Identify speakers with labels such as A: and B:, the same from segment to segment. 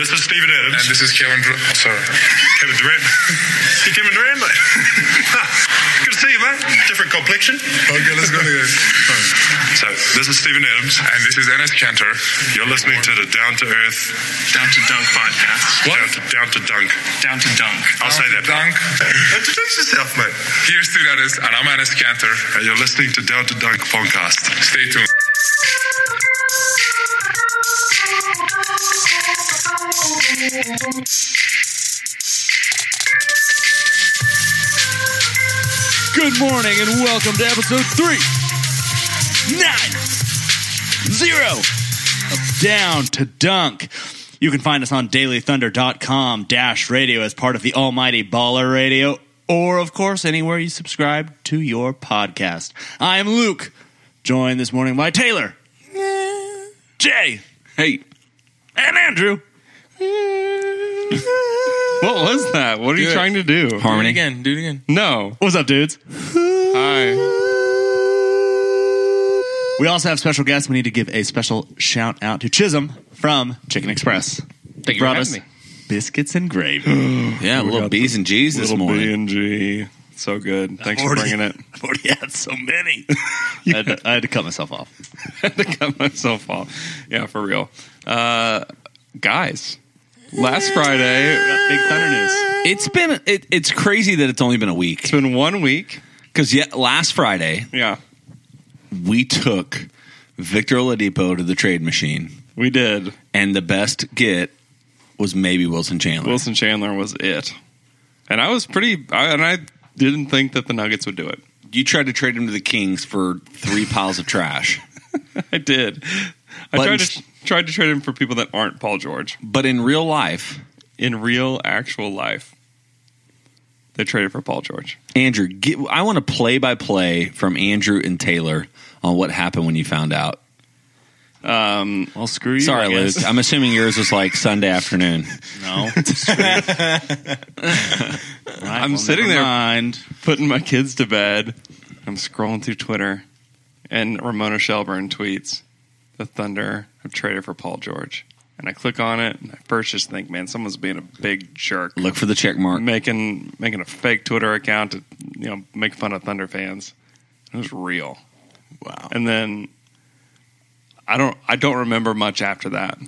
A: This is Steven Adams.
B: And this is Kevin. Dr- oh, sorry.
A: Kevin Durant. you Kevin Durant, mate. Good to see you, mate. Different complexion.
B: Okay, let's go again.
A: So, this is Stephen Adams.
B: And this is Ernest Cantor.
A: You're listening to the Down to Earth,
C: Down to Dunk podcast.
A: Down to, down to Dunk.
C: Down to Dunk.
A: I'll say that.
B: Dunk.
A: Introduce yourself, mate.
B: Here's Stu Addis, and I'm Ernest Cantor.
A: And you're listening to Down to Dunk podcast.
B: Stay tuned.
D: Good morning and welcome to episode three, nine, zero of Down to Dunk. You can find us on dailythunder.com dash radio as part of the almighty Baller Radio, or of course anywhere you subscribe to your podcast. I am Luke, joined this morning by Taylor, Jay,
E: Hey,
D: and Andrew.
E: what was that? What are you
C: it.
E: trying to do?
C: Do it
E: Harmony.
C: again. Do it again.
E: No.
D: What's up, dudes?
E: Hi.
D: We also have special guests. We need to give a special shout out to Chisholm from Chicken Express.
E: Thank
D: Brought us biscuits and gravy.
F: Yeah, little B's and G's this
E: Little
F: morning.
E: B and G. So good. Thanks for
D: Already-
E: bringing it.
D: I've already had so many. I, had to, I had to cut myself off.
E: to cut myself off. Yeah, for real. Uh, guys, last Friday,
D: Big Thunder news.
F: It's been it, it's crazy that it's only been a week
E: it's been one week.
F: because yet last Friday
E: Yeah,
F: we took Victor Oladipo to the trade machine,
E: we did.
F: and the best get was maybe Wilson Chandler.
E: Wilson Chandler was it, and I was pretty. I, and I didn't think that the Nuggets would do it.
F: You tried to trade him to the Kings for three piles of trash,
E: I did. I
F: But
E: tried
F: ins-
E: to tried to trade him for people that aren't Paul George.
F: but in real life,
E: in real actual life they traded for Paul George.
F: Andrew, get, I want a play by play from Andrew and Taylor on what happened when you found out.
D: Well, screw you. I
F: Sorry,
D: guess.
F: Luke. I'm assuming yours was like Sunday afternoon.
D: No. Screw you. Right, well,
E: sitting
D: never
E: there.
D: Mind.
E: Putting my kids to bed, I'm scrolling through Twitter and Ramona Shelburne tweets, "The Thunder have traded for Paul George." And I click on it and I first just think, man, someone's being a big jerk.
F: Look for the check mark.
E: Making making a fake Twitter account to you know make fun of Thunder fans. It was real.
F: Wow.
E: and then I don't I don't remember much after that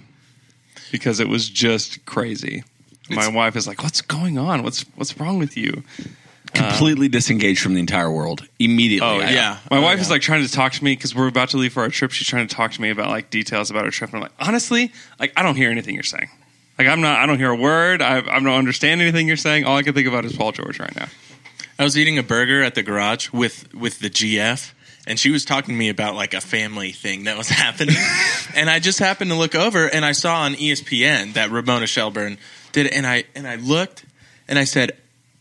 E: because it was just crazy. My wife is like, "What's going on? What's what's wrong with you?"
F: completely disengaged from the entire world immediately.
E: Oh
F: I-
E: yeah, my wife is like trying to talk to me because we're about to leave for our trip. She's trying to talk to me about like details about our trip, and I'm like, honestly, like I don't hear anything you're saying. Like I'm not, I don't hear a word. I, I don't understand anything you're saying. All I can think about is Paul George right now.
C: I was eating a burger at the garage with with the GF, and she was talking to me about like a family thing that was happening, and I just happened to look over and I saw on E ESPN that Ramona Shelburne did, it, and I and I looked and I said.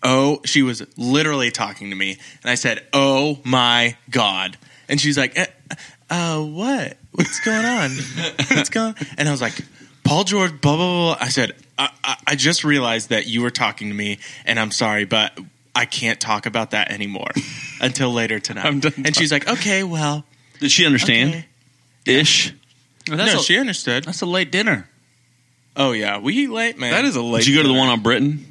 C: Oh, she was literally talking to me, and I said, "Oh my god!" And she's like, eh, "Uh, what? What's going on? What's going?" on? And I was like, "Paul George, blah blah blah." I said, I, I, "I just realized that you were talking to me, and I'm sorry, but I can't talk about that anymore until later tonight."
E: I'm done
C: and she's like, "Okay, well,
F: Did she understand?
C: okay."
F: Ish.
C: no, she understood."
F: That's a late dinner.
C: Oh yeah, we eat late, man.
E: That is a late.
F: Did you go to the one on Britain?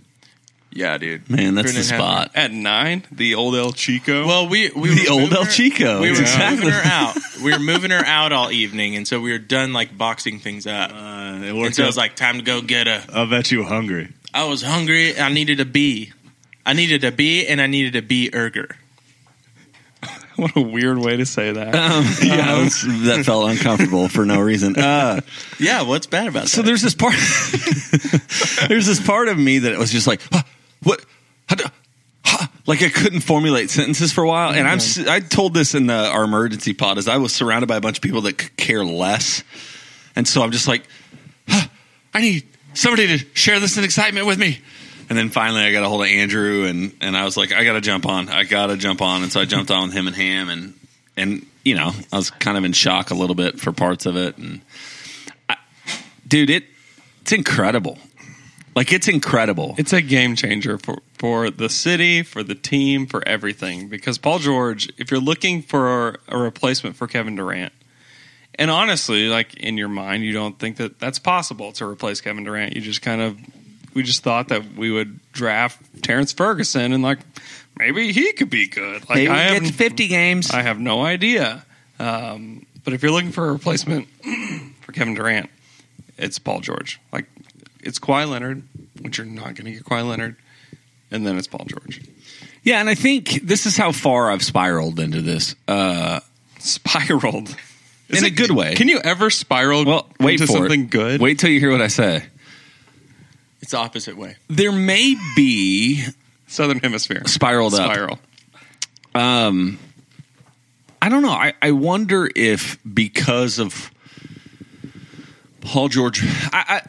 C: yeah, dude.
F: Man, that's
C: Britain
F: the
C: had-
F: spot.
E: at nine? The old El Chico.
C: Well, we we
F: The old
C: were moving
F: El
C: her-
F: Chico.
C: We were
F: Exactly.
C: moving her out. We were moving her out all evening, and so we were done like boxing things up.
D: Uh, it
C: and
D: worked
C: so I
D: out.
C: was like, time to go get a.
D: I bet you were hungry.
C: I was hungry. I needed a bee. I needed a bee, and I needed a bee burger.
E: what a weird way to say that.
F: yeah, that's- that felt uncomfortable for no reason. Uh,
C: Yeah, what's bad about
F: so
C: that?
F: there's this part. there's this part of me that it was just like, "Huh, what? How do- huh," Like I couldn't formulate sentences for a while, and I'm s- I told this in the, our emergency pod is I was surrounded by a bunch of people that could care less, and so I'm just like, "Huh, I need somebody to share this in excitement with me. And then finally, I got a hold of Andrew, and and I was like, I got to jump on, I got to jump on, and so I jumped on with him and Ham, and and you know, I was kind of in shock a little bit for parts of it, and I, dude, it it's incredible, like it's incredible.
E: It's a game changer for, for the city, for the team, for everything. Because Paul George, if you're looking for a replacement for Kevin Durant, And honestly, like in your mind, you don't think that that's possible to replace Kevin Durant. You just kind of, we just thought that we would draft Terrence Ferguson and like maybe he could be good. Like
G: Maybe
E: I
G: we
E: have,
G: get to 50 games.
E: I have no idea. Um, but if you're looking for a replacement for Kevin Durant, it's Paul George. Like it's Kawhi Leonard, which you're not going to get Kawhi Leonard, and then it's Paul George.
F: Yeah, and I think this is how far I've spiraled into this uh,
E: Spiraled.
F: in a good way.
E: Can you ever spiral
F: well wait
E: into
F: for
E: something
F: it.
E: good?
F: Wait till you hear what I say.
C: It's the opposite way.
F: There may be
E: Southern Hemisphere.
F: spiraled up.
E: Spiral.
F: I don't know. I, I wonder if because of Paul George, I,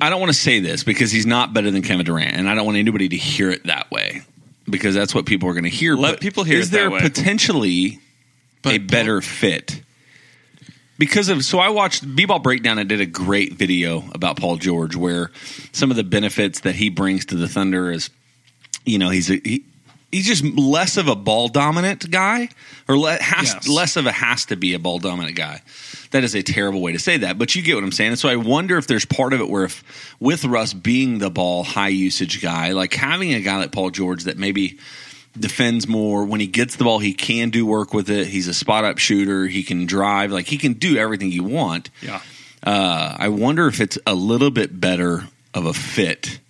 F: I I don't want to say this because he's not better than Kevin Durant, and I don't want anybody to hear it that way because that's what people are going to hear.
E: Let people hear
F: Is
E: it that
F: there
E: way.
F: potentially a better fit? Because of so, I watched B-ball breakdown and did a great video about Paul George, where some of the benefits that he brings to the Thunder is you know he's a, he, he's just less of a ball dominant guy or le- has,
E: Yes.
F: less of a has to be a ball dominant guy that is a terrible way to say that but you get what i'm saying and so i wonder if there's part of it where if with russ being the ball high usage guy like having a guy like paul george that maybe defends more when he gets the ball he can do work with it he's a spot up shooter he can drive like he can do everything you want
E: Yeah.
F: uh, I wonder if it's a little bit better of a fit,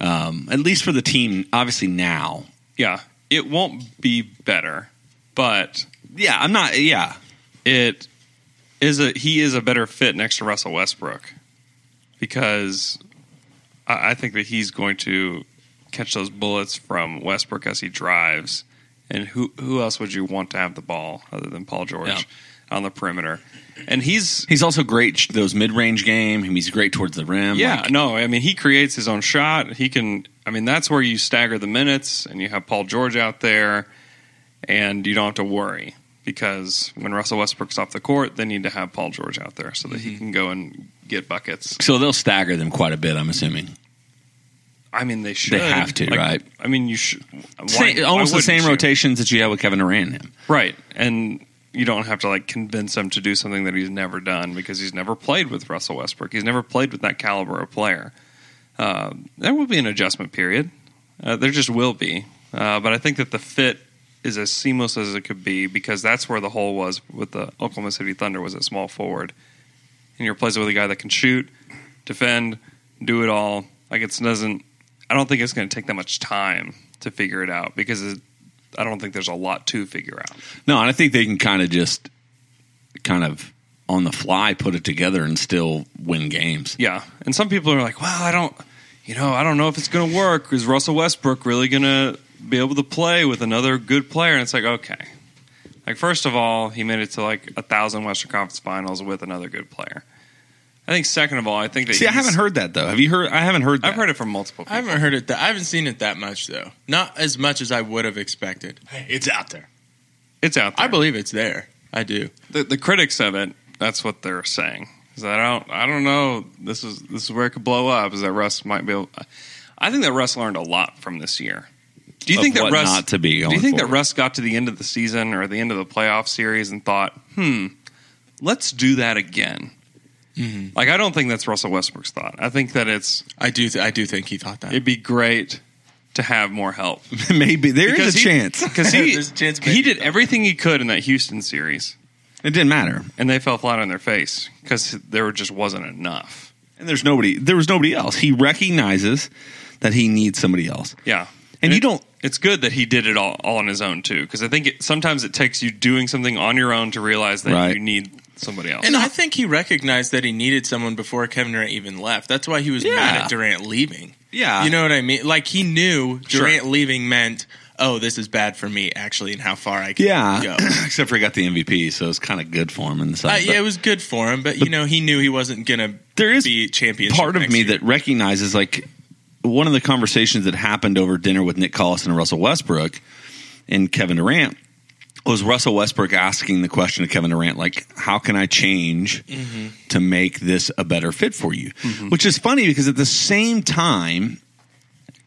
F: um, at least for the team. Obviously now,
E: Yeah. It won't be better, but
F: yeah, I'm not. Yeah,
E: it is a he is a better fit next to Russell Westbrook because I, I think that he's going to catch those bullets from Westbrook as he drives. And who who else would you want to have the ball other than Paul George
F: Yeah.
E: on the perimeter? And he's
F: he's also great sh- those mid range game. He's great towards the rim.
E: yeah,
F: Like,
E: no, I mean he creates his own shot. He can I mean that's where you stagger the minutes and you have Paul George out there and you don't have to worry because when Russell Westbrook's off the court, they need to have Paul George out there so that he can go and get buckets.
F: so they'll stagger them quite a bit. I'm assuming.
E: I mean they should
F: have to, right?
E: I mean you should why-
F: Same,
E: why
F: almost the
E: wouldn't
F: same
E: you?
F: rotations that you have with Kevin Durant. in him.
E: Right. And you don't have to like convince him to do something that he's never done because he's never played with Russell Westbrook. He's never played with that caliber of player. Uh, there will be an adjustment period. Uh, there just will be. Uh, but I think that the fit is as seamless as it could be because that's where the hole was with the Oklahoma City Thunder was at small forward. And you replace it with a guy that can shoot, defend, do it all. Like it doesn't. I don't think it's going to take that much time to figure it out because it, I don't think there's a lot to figure out.
F: No, and I think they can kind of just kind of on the fly put it together and still win games.
E: Yeah, and some people are like, "Well, I don't, you know, I don't know if it's going to work. Is Russell Westbrook really going to be able to play with another good player?" And it's like, okay, like first of all, he made it to like a thousand Western Conference Finals with another good player. I think second of all, I think that
F: See, I
E: he's-
F: haven't heard that though. Have you heard? I haven't heard. That.
E: I've heard it from multiple. people.
C: I haven't heard it. That I haven't seen it that much though. Not as much as I would have expected.
D: It's out there.
E: It's out. There.
C: I believe it's there. I do.
E: the, the critics of it. That's what they're saying. Is that I don't, I don't know. This is this is where it could blow up. Is that Russ might be? Able, I think that Russ learned a lot from this year. Do you
F: Of
E: think that
F: what
E: Russ
F: not to be
E: do
F: going
E: you think that
F: forward.
E: Russ got to the end of the season or the end of the playoff series and thought, hmm, let's do that again?
F: Mm-hmm.
E: Like, I don't think that's Russell Westbrook's thought. I think that it's
C: I do. Th- I do think he thought that.
E: it'd be great to have more help
F: Maybe there is a chance.
E: because he
C: There's a chance
E: he
C: maybe
E: did
C: not.
E: everything he could in that Houston series
F: It didn't matter.
E: and they fell flat on their face because there just wasn't enough.
F: and there's nobody there was nobody else he recognizes that he needs somebody else
E: Yeah,
F: And you
E: it-
F: don't-
E: It's good that he did it all, all on his own too, because I think it, sometimes it takes you doing something on your own to realize that
F: Right.
E: you need somebody else.
C: And I think he recognized that he needed someone before Kevin Durant even left. That's why he was mad
F: Yeah.
C: at Durant leaving.
F: Yeah.
C: You know what I mean? Like he knew Durant leaving meant, oh, this is bad for me actually and how far I can
F: yeah
C: go.
F: except for he got the mvp so it's kind of good for him in the
C: Uh,
F: side
C: yeah, it was good for him, but you know he knew he wasn't gonna
F: There is
C: be championship.
F: part of
C: next
F: me
C: year.
F: that recognizes like one of the conversations that happened over dinner with Nick Collison and Russell Westbrook and Kevin Durant was Russell Westbrook asking the question to Kevin Durant like how can I change
E: Mm-hmm.
F: to make this a better fit for you which is funny because at the same time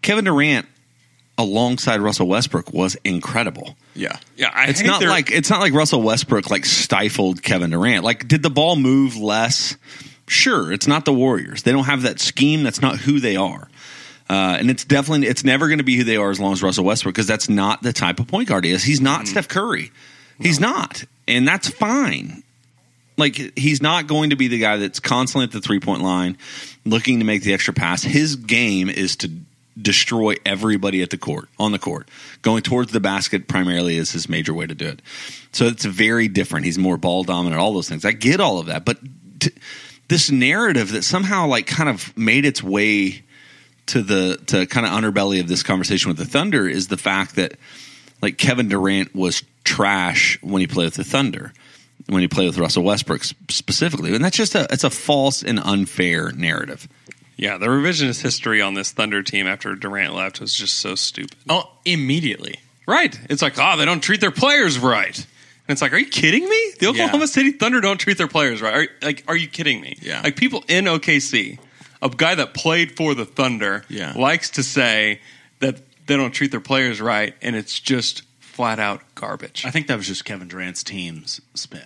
F: Kevin Durant alongside Russell Westbrook was incredible Yeah.
E: Yeah, I
F: it's
E: hate
F: not
E: their-
F: like it's not like Russell Westbrook like stifled Kevin Durant. Like, did the ball move less? Sure, it's not the Warriors. They don't have that scheme. That's not who they are. Uh, and it's definitely it's never going to be who they are as long as Russell Westbrook because that's not the type of point guard he is. He's not
E: Mm-hmm.
F: Steph Curry. He's not, and that's fine. Like he's not going to be the guy that's constantly at the three point line, looking to make the extra pass. His game is to destroy everybody at the court on the court. Going towards the basket primarily is his major way to do it. So it's very different. He's more ball dominant. All those things. I get all of that, but t- this narrative that somehow like kind of made its way to the to kind of underbelly of this conversation with the Thunder is the fact that like Kevin Durant was trash when he played with the Thunder, when he played with Russell Westbrook s- specifically, and that's just a it's a false and unfair narrative.
E: yeah, the revisionist history on this Thunder team after Durant left was just so stupid.
C: Oh, immediately.
E: Right. It's like, oh, they don't treat their players right. And it's like, are you kidding me? The Oklahoma City Thunder don't treat their players right. Are, like, are you kidding me?
C: Yeah.
E: Like people in OKC, a guy that played for the Thunder,
C: Yeah.
E: likes to say that they don't treat their players right, and it's just flat out garbage.
D: I think that was just Kevin Durant's team's spin,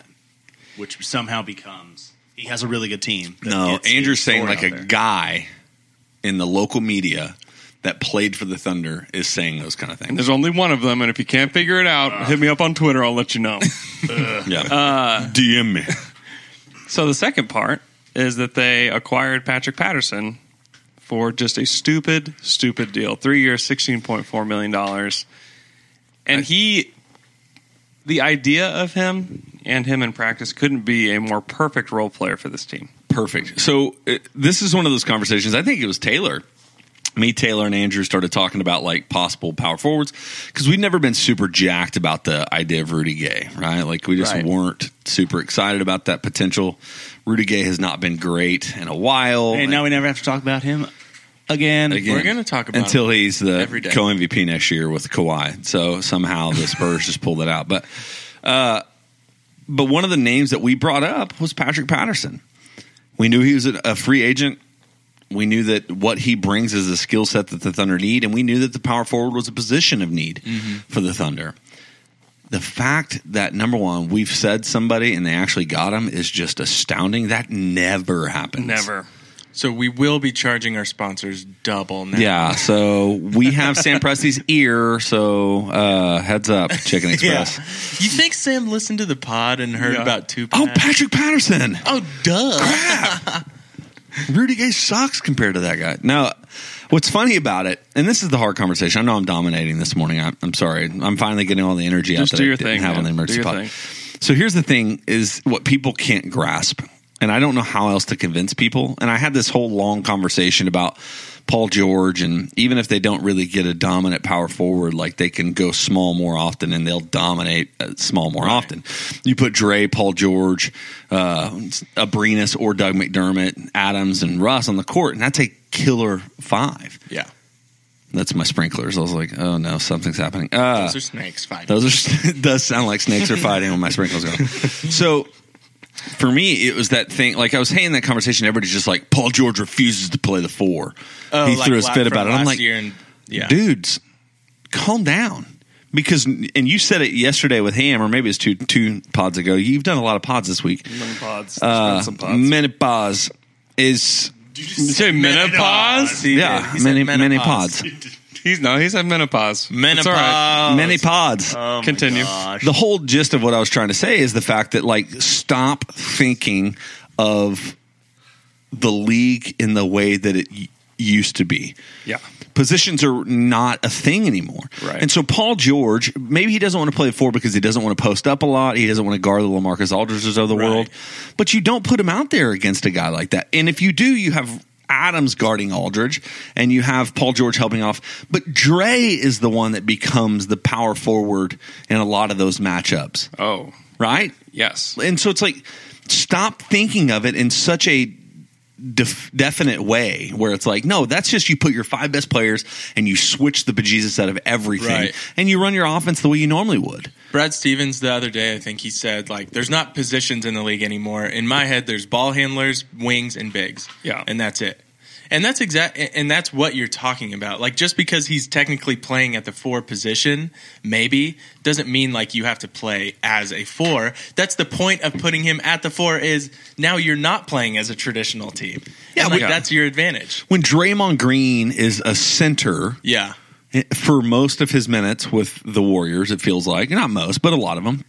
D: which somehow becomes he has a really good team. that
F: No,
D: gets-
F: Andrew's
D: gets
F: saying
D: thrown
F: like
D: out
F: a
D: there.
F: guy in the local media that played for the Thunder is saying those kind of
E: And
F: things.
E: there's only one of them, and if you can't figure it out, hit me up on Twitter. I'll let you know.
F: Yeah, DM me.
E: So the second part is that they acquired Patrick Patterson for just a stupid, stupid deal. Three years, sixteen point four million dollars. And he the idea of him and him in practice couldn't be a more perfect role player for this team.
F: Perfect. So uh, this is one of those conversations. I think it was Taylor. Me, Taylor, and Andrew started talking about like possible power forwards because we'd never been super jacked about the idea of Rudy Gay, right? Like we just
C: Right.
F: weren't super excited about that potential. Rudy Gay has not been great in a while.
D: And now we never have to talk about him again.
F: Again,
C: We're gonna talk about
F: until he's the
C: every day.
F: co MVP next year with Kawhi. So somehow the Spurs just pulled it out. But uh, but one of the names that we brought up was Patrick Patterson. We knew he was a a free agent. We knew that what he brings is a skill set that the Thunder need, and we knew that the power forward was a position of need
C: Mm-hmm.
F: for the Thunder. The fact that number one, we've said somebody and they actually got him is just astounding. That never happens.
E: Never.
C: So we will be charging our sponsors double now.
F: Yeah, so we have Sam Presti's ear, so uh, heads up, Chicken Express.
C: You think Sam listened to the pod and heard
E: Yeah.
C: about two?
F: Oh,
C: pack?
F: Patrick Patterson.
C: oh, duh.
F: Rudy Gay sucks compared to that guy. Now, what's funny about it, and this is the hard conversation. I know I'm dominating this morning. I'm, I'm sorry. I'm finally getting all the energy
E: Just
F: out that
E: do
F: I
E: your
F: didn't
E: thing,
F: have on the
E: man. Do
F: emergency
E: your
F: pod.
E: thing.
F: So here's the thing: is what people can't grasp, and I don't know how else to convince people. And I had this whole long conversation about Paul George, and even if they don't really get a dominant power forward, like they can go small more often, and they'll dominate uh, small more often. You put Dre, Paul George, uh, Abrinas, or Doug McDermott, Adams, and Russ on the court, and that's a killer five.
C: yeah.
F: That's my sprinklers. I was like, oh no, something's happening. Uh,
C: Those are snakes. Fine.
F: those are it does sound like snakes are fighting when my sprinkles go. So for me, it was that thing. Like I was having that conversation. Everybody's just like Paul George refuses to play the four.
C: Oh,
F: he
C: like
F: threw his
C: la-
F: fit
C: from
F: about it. I'm
C: last
F: like,
C: year and, yeah.
F: dudes, calm down. Because and you said it yesterday with Ham, or maybe it's two two pods ago. You've done a lot of pods this week.
E: Pods.
F: Uh,
E: some pods.
F: many pods is
E: Did you say menopause?
C: He
F: yeah,
C: did. He said
F: many many
C: menopause.
F: pods,
E: He's no, he said menopause. Oh It's all right.
C: Menopause.
F: many pods.
C: Uh,
E: Continue.
F: the whole gist of what I was trying to say is the fact that like stop thinking of the league in the way that it y- used to be.
E: Yeah.
F: Positions are not a thing anymore.
E: Right.
F: And so Paul George, maybe he doesn't want to play four because he doesn't want to post up a lot. He doesn't want to guard the Lamarcus Aldridge's of the world. But you don't put him out there against a guy like that. And if you do, you have Adams guarding Aldridge and you have Paul George helping off. But Dre is the one that becomes the power forward in a lot of those matchups,
E: Oh,
F: right?
E: yes.
F: And so it's like, stop thinking of it in such a def- definite way where it's like, no, that's just you put your five best players and you switch the bejesus out of everything
C: Right.
F: and you run your offense the way you normally would.
C: Brad Stevens the other day, I think he said like, "There's not positions in the league anymore." In my head, there's ball handlers, wings, and bigs.
E: Yeah.
C: and that's it. And that's exact and that's what you're talking about. Like just because he's technically playing at the 4 position, maybe doesn't mean like you have to play as a 4. That's the point of putting him at the 4 is now you're not playing as a traditional team. Yeah, and, like
F: we-
C: that's your advantage.
F: When Draymond Green is a center
C: Yeah.
F: for most of his minutes with the Warriors, it feels like not most, but a lot of them.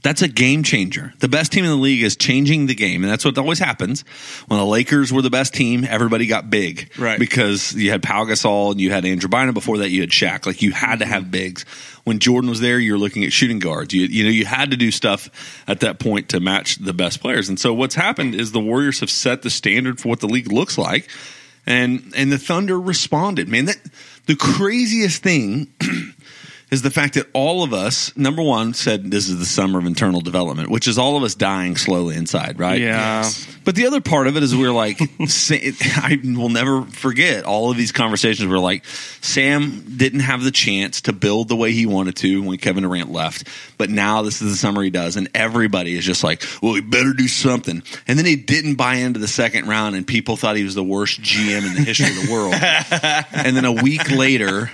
F: That's a game changer. The best team in the league is changing the game, and that's what always happens. When the Lakers were the best team, everybody got big,
C: Right.
F: Because you had Pau Gasol and you had Andrew Bynum. Before that, you had Shaq. Like you had to have bigs. When Jordan was there, you were looking at shooting guards. You you know you had to do stuff at that point to match the best players. And so what's happened is the Warriors have set the standard for what the league looks like, and and the Thunder responded. Man, that the craziest thing is the fact that all of us, number one, said this is the summer of internal development, which is all of us dying slowly inside, right?
E: Yeah.
F: But the other part of it is we we're like, Sa- I will never forget all of these conversations. We're like, Sam didn't have the chance to build the way he wanted to when Kevin Durant left, but now this is the summer he does, and everybody is just like, well, he better do something. And then he didn't buy into the second round, and people thought he was the worst GM in the history of the world. and then a week later,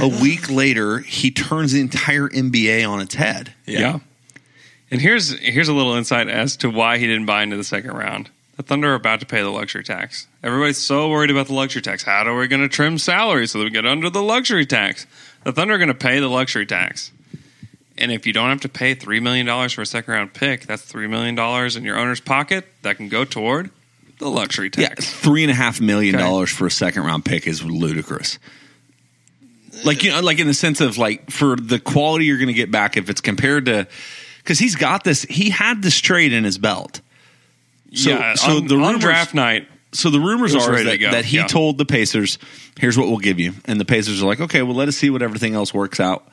F: a week later, he turns the entire NBA on its head.
E: Yeah. And here's here's a little insight as to why he didn't buy into the second round. The Thunder are about to pay the luxury tax. Everybody's so worried about the luxury tax. How are we going to trim salaries so that we get under the luxury tax? The Thunder are going to pay the luxury tax. And if you don't have to pay $3 million for a second round pick, that's $3 million in your owner's pocket that can go toward the luxury
F: Yeah,
E: tax.
F: three and a half million
E: Okay.
F: dollars for a second round pick is ludicrous. Like you know, like in the sense of like for the quality you're going to get back if it's compared to because he's got this, he had this trade in his belt. So-
E: Yeah,
F: so
E: on,
F: the
E: on
F: rumors-
E: draft night,
F: So the rumors
E: He was
F: are
E: ready to
F: that,
E: go,
F: that he
E: yeah.
F: told the Pacers, "Here's what we'll give you," and the Pacers are like, "Okay, well, let us see what everything else works out,"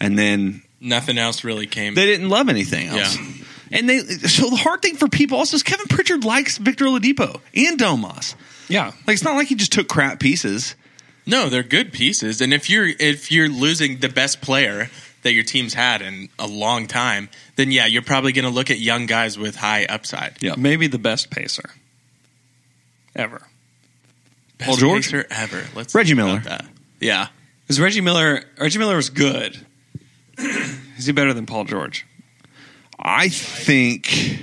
F: and then
C: Nothing else really came.
F: they didn't love anything else.
C: Yeah.
F: And they so the hard thing for people also is Kevin Pritchard likes Victor Oladipo and Domas.
E: yeah,
F: Like it's not like he just took crap pieces.
C: No, they're good pieces, and if you're if you're losing the best player that your team's had in a long time, then yeah, you're probably going to look at young guys with high upside.
F: Yeah.
E: maybe the best pacer ever.
C: Best
F: Paul George?
C: pacer ever. Let's
F: Reggie
C: think about
F: Miller.
C: that. Yeah,
E: Because Reggie Miller, Reggie Miller was good. Is he better than Paul George?
F: I think,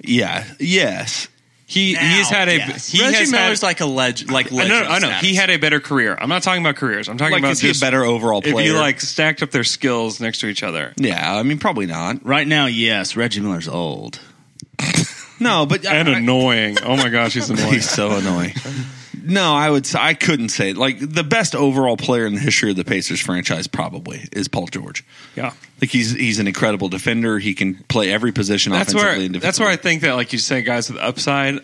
F: yeah, yes.
E: He he's had a he
C: Reggie
E: has had-
C: Miller's like a legend. Like
E: I
C: legend
E: know, I know.
C: status.
E: He had a better career. I'm not talking about careers. I'm talking
F: Like,
E: about
F: is he a
E: just
F: better overall player?
E: if you like stacked up their skills next to each other.
F: yeah, I mean, probably not.
D: Right now, yes, Reggie Miller's old.
F: No, but I-
E: And
F: I-
E: annoying. Oh my gosh, he's annoying.
F: he's so annoying. No, I would. say I couldn't say it. Like the best overall player in the history of the Pacers franchise probably is Paul George.
E: yeah,
F: Like he's he's an incredible defender. He can play every position
E: that's
F: offensively.
E: where
F: and defensively.
E: that's where I think that like you say, guys with upside.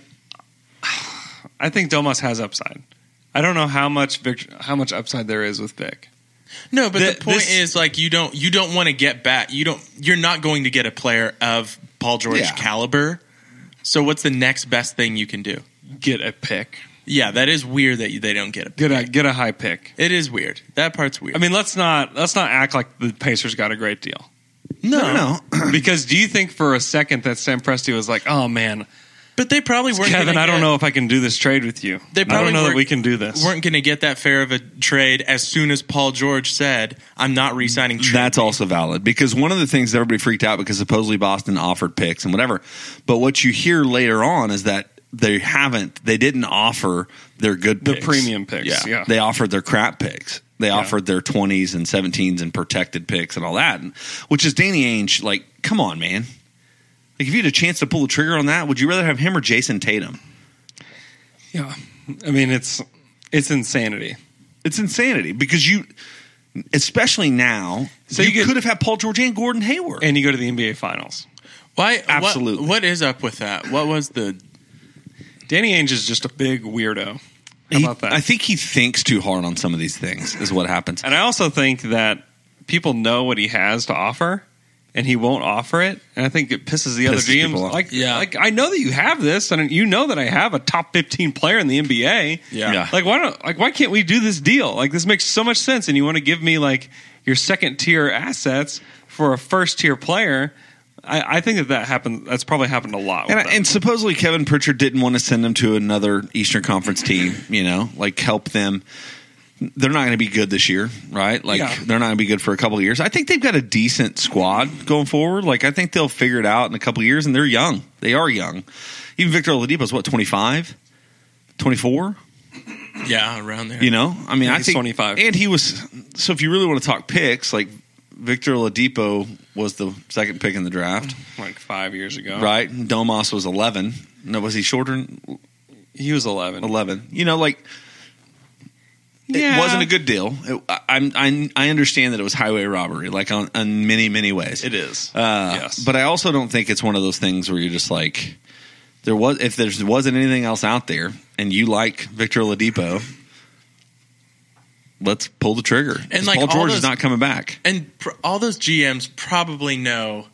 E: I think Domas has upside. I don't know how much Victor, how much upside there is with Vic.
C: no, but
E: Th-
C: the point
E: this-
C: is like you don't you don't want to get back. You don't. You're not going to get a player of Paul George
F: Yeah.
C: caliber. So what's the next best thing you can do?
E: Get a pick.
C: Yeah, that is weird that you, they don't get it.
E: Get a get a high pick.
C: It is weird. That part's weird.
E: I mean, let's not let's not act like the Pacers got a great deal.
C: no,
F: no, no,
E: Because do you think for a second that Sam Presti was like, "Oh man,
C: But they probably weren't.
E: Kevin,
C: gonna
E: I don't
C: get-
E: know if I can do this trade with you.
C: They
E: I don't
C: probably
E: know that
C: weren't-
E: we can do this."
C: weren't going to get that fair of a trade as soon as Paul George said, "I'm not re-signing." Trey."
F: That's also valid because one of the things that everybody freaked out because supposedly Boston offered picks and whatever. But what you hear later on is that they haven't, they didn't offer their good
E: The
F: picks.
E: premium picks, yeah.
F: They offered their crap picks. They offered their 20s and 17s and protected picks and all that, and, which is Danny Ainge. Like, come on, man. Like, if you had a chance to pull the trigger on that, would you rather have him or Jason Tatum?
E: Yeah, I mean it's it's insanity.
F: It's insanity because you, especially now, so you,
E: you get-
F: could have had Paul George and Gordon Hayward.
E: And you go to the NBA Finals.
C: Why? what-
F: Absolutely.
C: what is up with that? What was the?
E: Danny Ainge is just a big weirdo. How
F: He-
E: about that?
F: I think he thinks too hard on some of these things. Is what happens.
E: and I also think that people know what he has to offer. And he won't offer it, and I think it pisses the other
F: Pisses
E: GMs.
F: people off.
E: Like,
C: Yeah.
E: like I know that you have this, and you know that I have a top fifteen player in the NBA.
C: Yeah.
F: Yeah.
E: Like why don't like why can't we do this deal? Like this makes so much sense and you want to give me like your second tier assets for a first tier player. I, I think that that happened. That's probably happened a lot. With
F: And,
E: them.
F: and supposedly Kevin Pritchard didn't want to send them to another Eastern Conference team, you know, like help them. They're not going to be good this year, right? Like
E: Yeah.
F: they're not going to be good for a couple of years. I think they've got a decent squad going forward. Like I think they'll figure it out in a couple of years and they're young. They are young. Even Victor Oladipo's what, 25? 24?
C: Yeah, around there.
F: You know, I mean, I
E: he's
F: think
E: 25.
F: and he was. So if you really want to talk picks, like Victor Oladipo was the second pick in the draft,
E: like five years ago,
F: right? And Domas was eleven. No, was he shorter?
E: He was eleven.
F: Eleven. You know, like
E: Yeah.
F: it wasn't a good deal. It, I, I'm- I I understand that it was highway robbery, like on, on many many ways.
E: It is.
F: Uh,
E: yes,
F: But I also don't think it's one of those things where you're just like, there was if there wasn't anything else out there, and you like Victor Oladipo, let's pull the trigger. And
C: like,
F: Paul
C: all
F: George
C: those-
F: is not coming back.
C: and pr- all those GMs probably know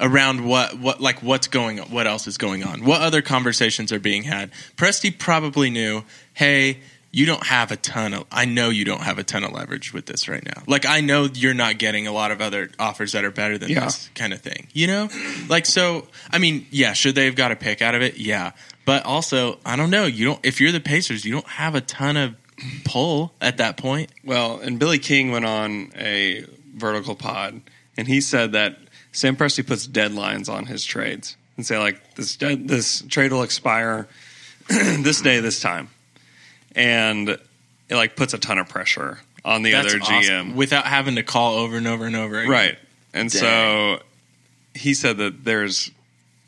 C: around what what like what's going on, what else is going on, what other conversations are being had. Presti probably knew, hey, you don't have a ton of I know you don't have a ton of leverage with this right now. Like I know you're not getting a lot of other offers that are better than
E: Yeah.
C: this kind of thing. You know? Like so I mean, yeah, should they have got a pick out of it? Yeah. But also, I don't know, you don't if you're the Pacers, you don't have a ton of pull at that point.
E: Well, and Billy King went on a vertical pod, and he said that Sam Presti puts deadlines on his trades and say like this dead, this trade will expire this day this time, and it like puts a ton of pressure on the
C: That's
E: other
C: awesome.
E: GM,
C: without having to call over and over and over again.
E: right? And so he said that there's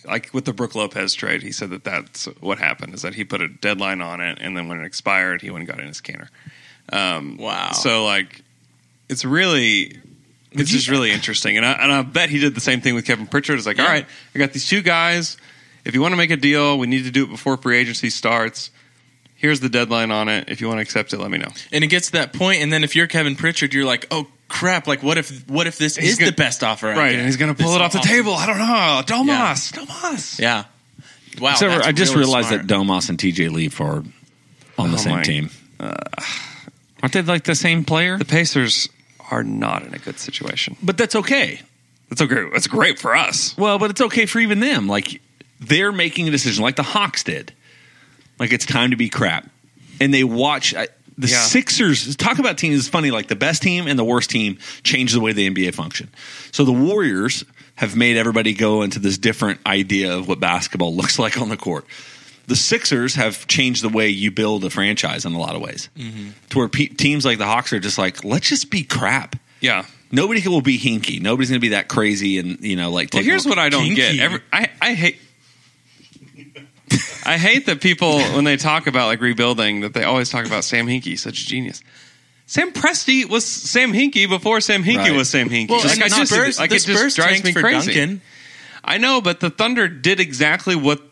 E: like with the Brooke Lopez trade, he said that that's what happened is that he put a deadline on it, and then when it expired, he went and got in his canner. Um,
C: Wow.
E: So like, it's really, it's just really interesting, and I, and I bet he did the same thing with Kevin Pritchard. It's like, all right, I got these two guys. If you want to make a deal, we need to do it before free agency starts. Here's the deadline on it. If you want to accept it, let me know.
C: and it gets to that point, and then if you're Kevin Pritchard, you're like, oh crap! Like, what if what if this
E: He's
C: is
E: gonna-
C: the best offer? I
E: Right,
C: get?
E: and he's going to pull
C: This
E: it off the
C: offer-
E: table. I don't know. Domas, Domas.
C: Yeah. Wow.
F: Except for
C: that's
F: I just
C: really
F: realized
C: smart.
F: that Domas and TJ Leaf are on the
E: Oh
F: same
E: my-
F: team. Aren't they like the same player?
E: The Pacers are not in a good situation.
F: But that's okay.
E: That's okay. That's great for us.
F: Well, but it's okay for even them. Like they're making a decision, like the Hawks did. Like it's time to be crap, and they watch I, the
E: Yeah.
F: Sixers. Talk about teams. It's funny. Like the best team and the worst team change the way the NBA function. So the Warriors have made everybody go into this different idea of what basketball looks like on the court. The Sixers have changed the way you build a franchise in a lot of ways,
E: Mm-hmm.
F: to where pe- teams like the Hawks are just like, let's just be crap.
E: Yeah.
F: Nobody will be hinky. Nobody's going to be that crazy and you know like.
E: Well,
F: take
E: here's what I don't
C: Kinky.
E: get. Every, I I hate. I hate that people when they talk about like rebuilding that they always talk about Sam Hinkie, such a genius. Sam Presti was Sam Hinkie before Sam Hinkie
F: Right.
E: was Sam Hinkie.
C: Well,
E: like
C: and
E: I
C: the
E: just
C: Spurs,
E: like
C: the
E: it just
C: Spurs
E: drives
C: tanked
E: me
C: for
E: crazy.
C: Duncan.
E: I know, but the Thunder did exactly what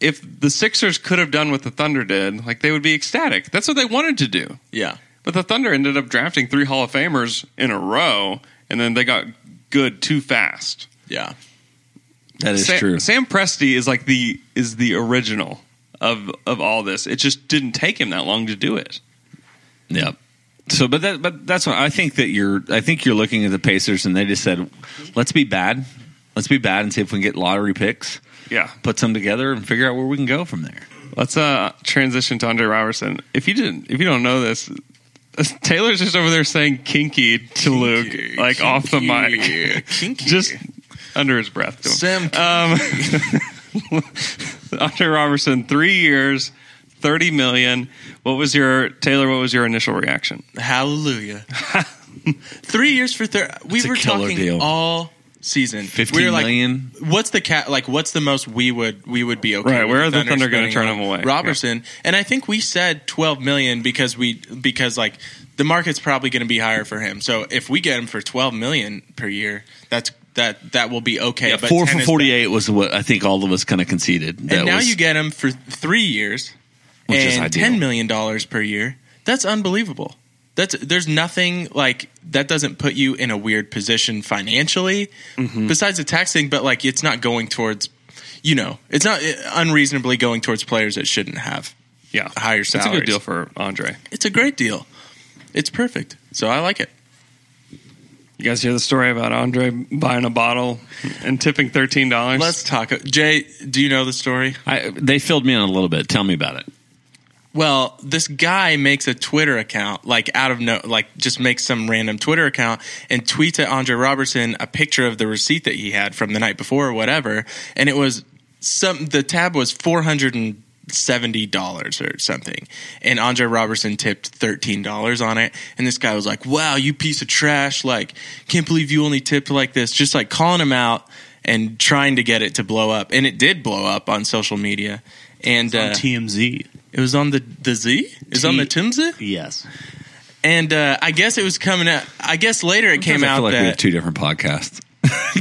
E: if the Sixers could have done what the Thunder did, like they would be ecstatic. That's what they wanted to do.
C: Yeah.
E: But the Thunder ended up drafting three Hall of Famers in a row, and then they got good too fast.
C: Yeah.
F: That is
E: Sam,
F: true.
E: Sam Presti is like the is the original of of all this. It just didn't take him that long to do it.
F: Yeah. So, but that, but that's what I think that you're. I think you're looking at the Pacers, and they just said, "Let's be bad. Let's be bad, and see if we can get lottery picks,
E: Yeah.
F: put some together, and figure out where we can go from there."
E: Let's uh transition to Andre Robertson. If you didn't if you don't know this, Taylor's just over there saying kinky to Luke like off the mic.
C: Kinky.
E: Just under his breath to him.
C: Sam.
E: Um, Andre Robertson, three years, thirty million. What was your Taylor? What was your initial reaction?
C: Hallelujah. Three years for thirty. We
F: That's a
C: were
F: killer
C: talking
F: deal.
C: all season.
F: Fifteen
C: we were
F: million.
C: like, what's the cat like what's the most we would we would be okay
E: Right,
C: with
E: where are the Thunder gonna
C: spending
E: turn
C: on
E: him away?
C: robertson and i think we said 12 million because we because like the market's probably going to be higher for him so if we get him for 12 million per year that's that that will be okay
F: Yeah,
C: but
F: four
C: 10
F: for
C: is
F: forty-eight was what I think all of us kind of conceded.
C: bad. and now you get him for three years
F: Which is
C: and
F: ideal.
C: 10 million dollars per year that's unbelievable that's there's nothing like that doesn't put you in a weird position financially
F: Mm-hmm.
C: besides the tax thing but like it's not going towards you know it's not uh, unreasonably going towards players that shouldn't have
E: Yeah,
C: higher
E: That's a
C: salaries.
E: good deal for Andre.
C: it's a great deal it's perfect so i like it
E: You guys hear the story about Andre buying a bottle and tipping thirteen dollars?
C: Let's talk. Jay, do you know the story?
F: I, they filled me in a little bit. Tell me about it.
C: Well, this guy makes a Twitter account, like out of no, like just makes some random Twitter account and tweets at Andre Robertson a picture of the receipt that he had from the night before or whatever, and it was some. The tab was four hundred and seventy dollars or something, and Andre Robertson tipped thirteen dollars on it, and this guy was like, "Wow, you piece of trash! Like, can't believe you only tipped like this!" Just like calling him out and trying to get it to blow up, and it did blow up on social media. And uh,
D: TMZ.
C: it was on the the Z. It was on the Timzy,
D: Yes.
C: and uh, I guess it was coming out. I guess later it came
F: I feel
C: out
F: like we have
C: that
F: two different podcasts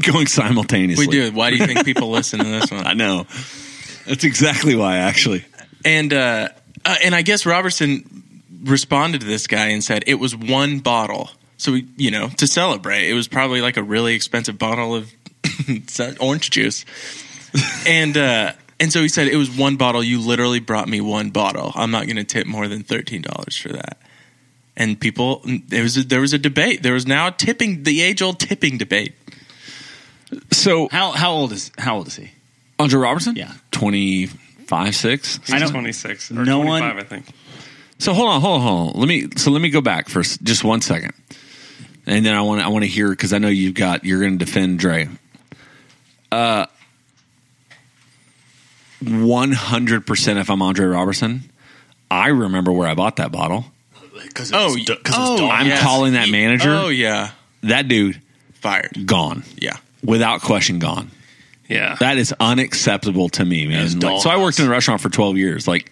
F: going simultaneously.
C: we do. Why do you think people listen to this
F: I
C: one?
F: know. That's exactly why, actually.
C: And uh, uh, and I guess Robertson responded to this guy and said it was one bottle. So we, you know, to celebrate, it was probably like a really expensive bottle of orange juice, and. uh and so he said, "It was one bottle. You literally brought me one bottle. I'm not going to tip more than thirteen dollars for that." and people there was a, there was a debate there was now a tipping the age old tipping debate
F: So,
D: How how old is how old is he?
F: Andre Robertson?
D: Yeah.
F: 25, 6.
D: I
E: He's
D: don't-
E: twenty six or
D: no
E: no
D: one-
E: twenty five, I think.
F: So hold on, hold on, hold on. Let me so let me go back for s- just one second, and then I want I want to hear because I know you've got you're going to defend Dre. Uh, one hundred percent. If I'm Andre Robertson, I remember where I bought that bottle.
D: Because
C: oh oh
F: I'm
C: yes.
F: calling that manager.
C: oh yeah
F: That dude
C: fired
F: gone
C: yeah
F: without question, gone.
E: Yeah.
F: That is unacceptable to me, man.
D: That's
F: Like, so I
D: dollhouse.
F: worked in a restaurant for 12 years. Like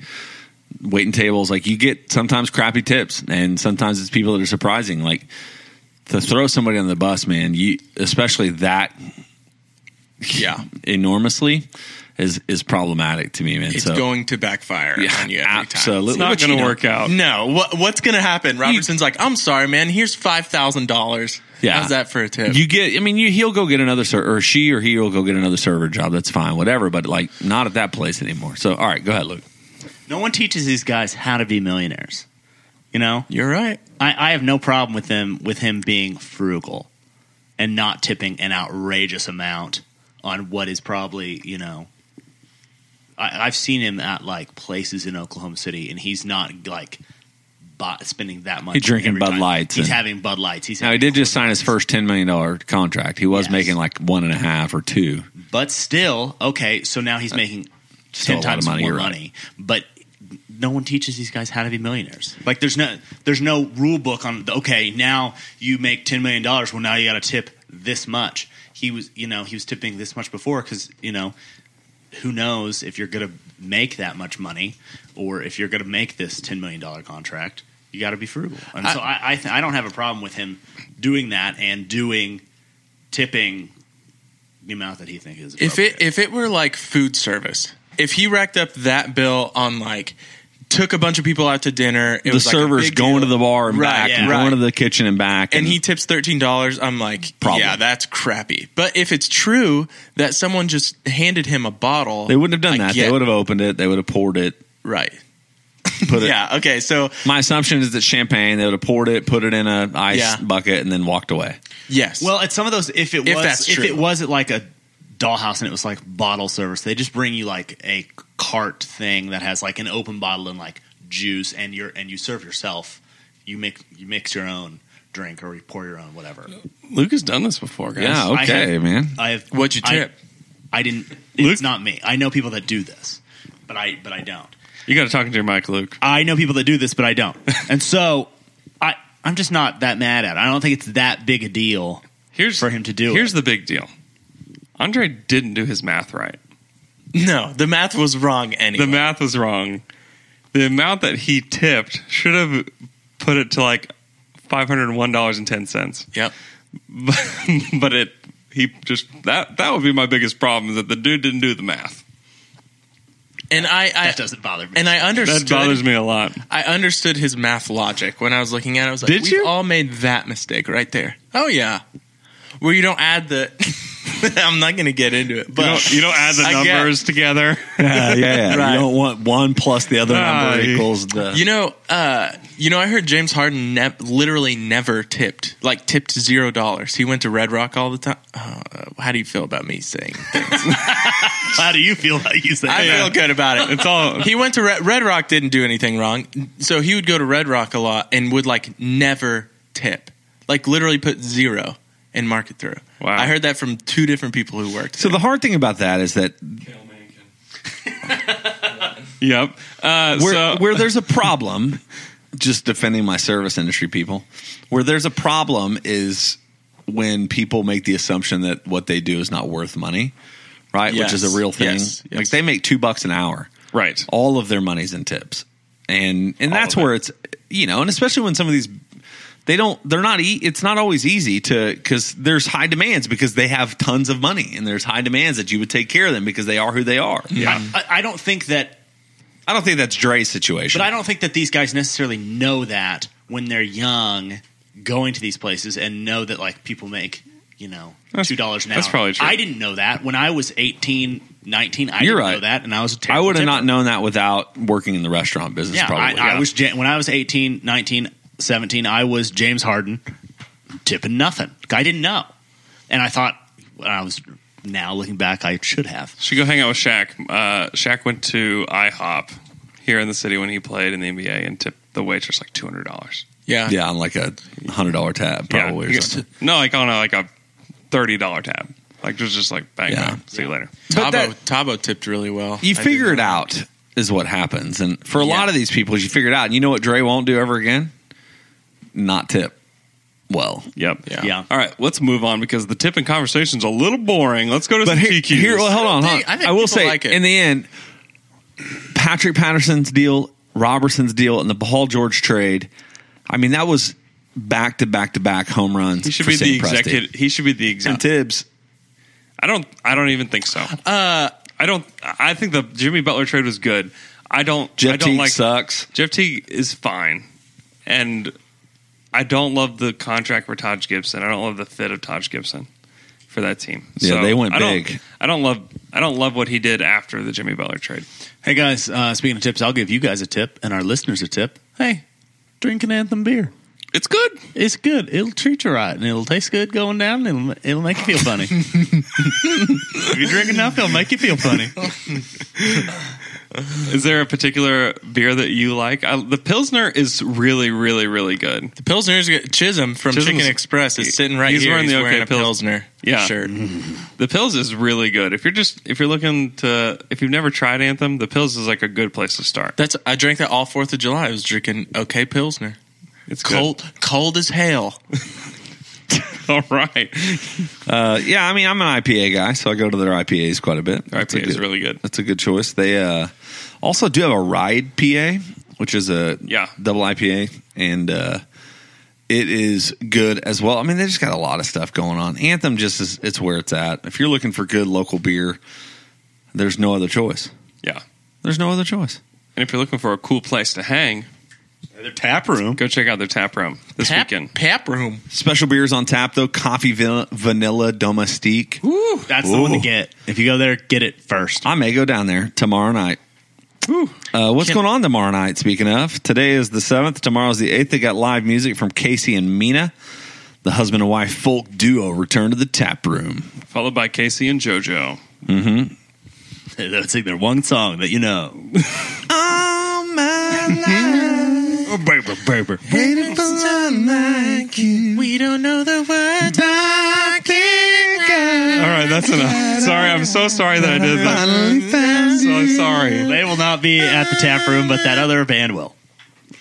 F: waiting tables, like you get sometimes crappy tips and sometimes it's people that are surprising. Like to throw somebody on the bus, man, you especially that
C: yeah
F: enormously is is problematic to me, man.
C: it's
F: so
C: going to backfire
F: yeah,
C: on you every
F: absolutely.
E: It's not
F: But you
E: gonna
F: know-
E: work out.
C: time no what, what's gonna happen robertson's like i'm sorry man here's five thousand dollars
F: Yeah.
C: how's that for a tip
F: You get, I mean, you, he'll go get another server, or she or he will go get another server job. That's fine, whatever. But like, not at that place anymore. So, all right, go ahead, Luke.
D: no one teaches these guys how to be millionaires. You know,
C: you're right
D: I, I have no problem with them with him being frugal and not tipping an outrageous amount on what is probably you know. I, I've seen him at like places in Oklahoma City, and he's not like bu spending that much.
F: He's drinking
D: every
F: Bud
D: time.
F: Lights
D: He's
F: and-
D: having Bud Lights. He's
F: Now he
D: having
F: did just sign his first ten million dollar contract. He was
D: Yes.
F: making like one and a half or two.
D: But still, okay, so now
F: Uh,
D: he's making
F: still a
D: ten
F: lot
D: times
F: of money,
D: more
F: you're right.
D: money. But no one teaches these guys how to be millionaires. Like there's no there's no rule book on the- okay, now you make ten million dollars, well now you gotta tip this much. He was you know, he was tipping this much before because, you know, who knows if you're gonna make that much money or if you're gonna make this ten million dollar contract. You got to be frugal, and so I I, th- I don't have a problem with him doing that and doing tipping the amount that he think is
C: if it
D: appropriate.
C: if it were like food service if he racked up that bill on like took a bunch of people out to dinner it
F: The
C: was like a
F: servers
C: big
F: going
C: deal.
F: to the bar and
C: Right,
F: back,
D: yeah.
F: and
C: right.
F: going to the kitchen and back,
C: and he tips thirteen dollars, I'm like,
F: Problem.
C: yeah, that's crappy. But if it's true that someone just handed him a bottle,
F: They wouldn't have done
C: I
F: that.
C: get-
F: They would have opened it. They would have poured it.
C: right.
F: Put it.
C: Yeah. Okay. So
F: My assumption is that champagne. They would have poured it, put it in a ice
C: Yeah.
F: bucket, and then walked away.
C: yes.
D: well, at some of those, if it
C: If
D: was,
C: that's
D: if
C: true.
D: it was at like a dollhouse and it was like bottle service, they just bring you like a cart thing that has like an open bottle and like juice, and you and you serve yourself. You mix you mix your own drink or you pour your own whatever.
E: Luke has done this before, guys.
F: Yeah,
D: I
F: okay,
D: have-
F: man.
D: I have
C: what'd you
D: I-
C: tip?
D: I, didn't. It's not me. I know people that do this, but I but I don't.
E: You gotta talk into your mic, Luke.
D: I know people that do this, but I don't. And so I I'm just not that mad at it. I don't think it's that big a deal.
E: Here's
D: For him to do
E: Here's
D: it.
E: the big deal. Andre didn't do his math right.
C: no, the math was wrong. Anyway,
E: The math was wrong. The amount that he tipped should have put it to like five hundred and one dollars and ten cents.
C: Yep.
E: But, but it he just that that would be my biggest problem is that the dude didn't do the math.
C: And I, I
D: That doesn't bother me.
C: and I
E: That bothers
C: understood.
E: me a lot.
C: I understood his math logic when I was looking at it. I was like,
E: Did
C: we've
E: you?
C: all made that mistake right there. Oh yeah, where you don't add the I'm not going to get into it,
E: You
C: but
E: don't, you don't add the
C: I get-
E: numbers together.
F: yeah, yeah.
C: Right.
F: You don't want one plus the other
E: Ah,
F: number
E: you-
F: equals the.
C: you know, uh, you know, I heard James Harden ne- literally never tipped, like tipped zero dollars. He went to Red Rock all the time. Uh, how do you feel about me saying? that?
D: How do you feel about you saying
C: I
D: that?
C: feel good about it.
E: It's all
C: he went to Red, Red Rock didn't do anything wrong. So he would go to Red Rock a lot and would like never tip. Like literally put zero and mark it through.
E: Wow.
C: I heard that from two different people who worked.
F: so the hard thing about that is that
E: yep. Uh,
F: where,
E: so
F: where there's a problem, just defending my service industry people, where there's a problem is when people make the assumption that what they do is not worth money, right? Which
C: Yes,
F: is a real thing.
C: yes, yes.
F: Like they make two bucks an hour.
E: right.
F: All of their money's in tips. And and that's
E: of it.
F: where it's you know, and especially when some of these they don't they're not e- it's not always easy to cuz there's high demands because they have tons of money and there's high demands that you would take care of them because they are who they are.
D: I, I, I don't think that,
F: I don't think that's Dre's situation.
D: but I don't think that these guys necessarily know that when they're young, going to these places and know that like people make you know
E: That's-
D: two dollars an hour.
E: that's probably true.
D: I didn't know that when I was 18, 19. I
F: You're
D: didn't know
F: right.
D: that, and I was a
F: I
D: terrible
F: would have
D: tipper.
F: not known that without working in the restaurant business.
D: Yeah,
F: probably.
D: I, I was Ja- when I was 18, 19, 17, I was James Harden tipping nothing. I didn't know. And I thought when I was now looking back I should have.
E: Should go hang out with Shaq. Uh, Shaq went to IHOP here in the city when he played in the NBA and tipped the waitress like two hundred dollars.
C: yeah.
F: yeah, on like a hundred dollar tab, probably. or something.
E: No, like on a, like a thirty dollar tab. Like just just like bang.
F: Yeah.
E: bang. See you later.
C: Tabo,
F: But that-
C: Tabo tipped really well.
F: you
C: I
F: figure
C: did
F: it
C: not-
F: out is what happens, and for a
C: Yeah.
F: lot of these people, you figure it out. And you know what Dre won't do ever again? Not tip. Well,
E: Yep.
C: Yeah.
D: Yeah.
E: All right, let's move on because the tipping conversation's a little boring. Let's go to
F: but
E: some
F: here,
E: TQs.
F: here well, hold on,
C: I
F: hold on.
C: think- I think
F: will
C: people
F: say,
C: like it.
F: in the end, Patrick Patterson's deal, Robertson's deal, and the Paul George trade. I mean, that was back to back to back home runs.
E: he should
F: for
E: be the
F: Sam Presti.
E: executive. He should be the
F: And
E: executive.
F: Tibbs,
E: I don't. I don't even think so. Uh, I don't. I think the Jimmy Butler trade was good. I don't. I
F: Jeff
E: don't
F: Teague
E: like
F: sucks.
E: Jeff Teague is fine, and I don't love the contract for Taj Gibson. I don't love the fit of Taj Gibson for that team.
F: Yeah, they went
E: I don't-
F: big.
E: I don't love. I don't love what he did after the Jimmy Butler trade.
D: Hey guys, uh, speaking of tips, I'll give you guys a tip and our listeners a tip. Hey, drink an anthem beer.
E: It's good.
D: It's good. It'll treat you right, and it'll taste good going down. And it'll, it'll make you feel funny. if you drink enough, it'll make you feel funny.
E: Is there a particular beer that you like? I, the Pilsner is really, really, really good.
C: The Pilsner's good. Chisholm from
E: Chisholm's-
C: Chicken Express is sitting right
E: he's
C: here.
E: wearing
C: he's
E: the OK
C: wearing a
E: Pils-
C: Pilsner
E: Yeah. Mm-hmm.
C: shirt.
E: The Pills is really good. If you're just if you're looking to if you've never tried Anthem, the Pills is like a good place to start.
C: That's I drank that all Fourth of July. I was drinking OK Pilsner.
E: It's
C: Cold, cold as hell.
E: good. All right,
F: Uh, yeah, I mean, I'm an IPA guy, so I go to their IPAs quite a bit.
E: our
F: That's a
E: IPA is
F: good-
E: really good.
F: That's a good choice. They uh, also do have a Ride PA, which is a
E: Yeah.
F: double IPA, and uh, it is good as well. I mean, they just got a lot of stuff going on. Anthem just is it's where it's at. If you're looking for good local beer, there's no other choice.
E: Yeah,
F: There's no other choice.
E: and if you're looking for a cool place to hang,
D: Their tap room.
E: go check out their tap room this
C: Pap,
E: weekend.
C: Pap room.
F: Special beers on tap though: coffee, van- vanilla, domestique.
D: That's the one to
F: Ooh.
D: get. If you go there, get it first.
F: I may go down there tomorrow night. Uh, what's going on tomorrow night? Speaking of, today is the seventh. Tomorrow's the eighth. They got live music from Casey and Mina. The husband and wife folk duo return to the tap room.
E: Followed by Casey and JoJo.
D: That's like their one song that you know.
F: Oh my
D: Oh,
F: life, like you.
C: We don't know the words.
E: All right, that's enough. Sorry, I'm so sorry that I did that. So sorry.
D: They will not be at the tap room, but that other band will.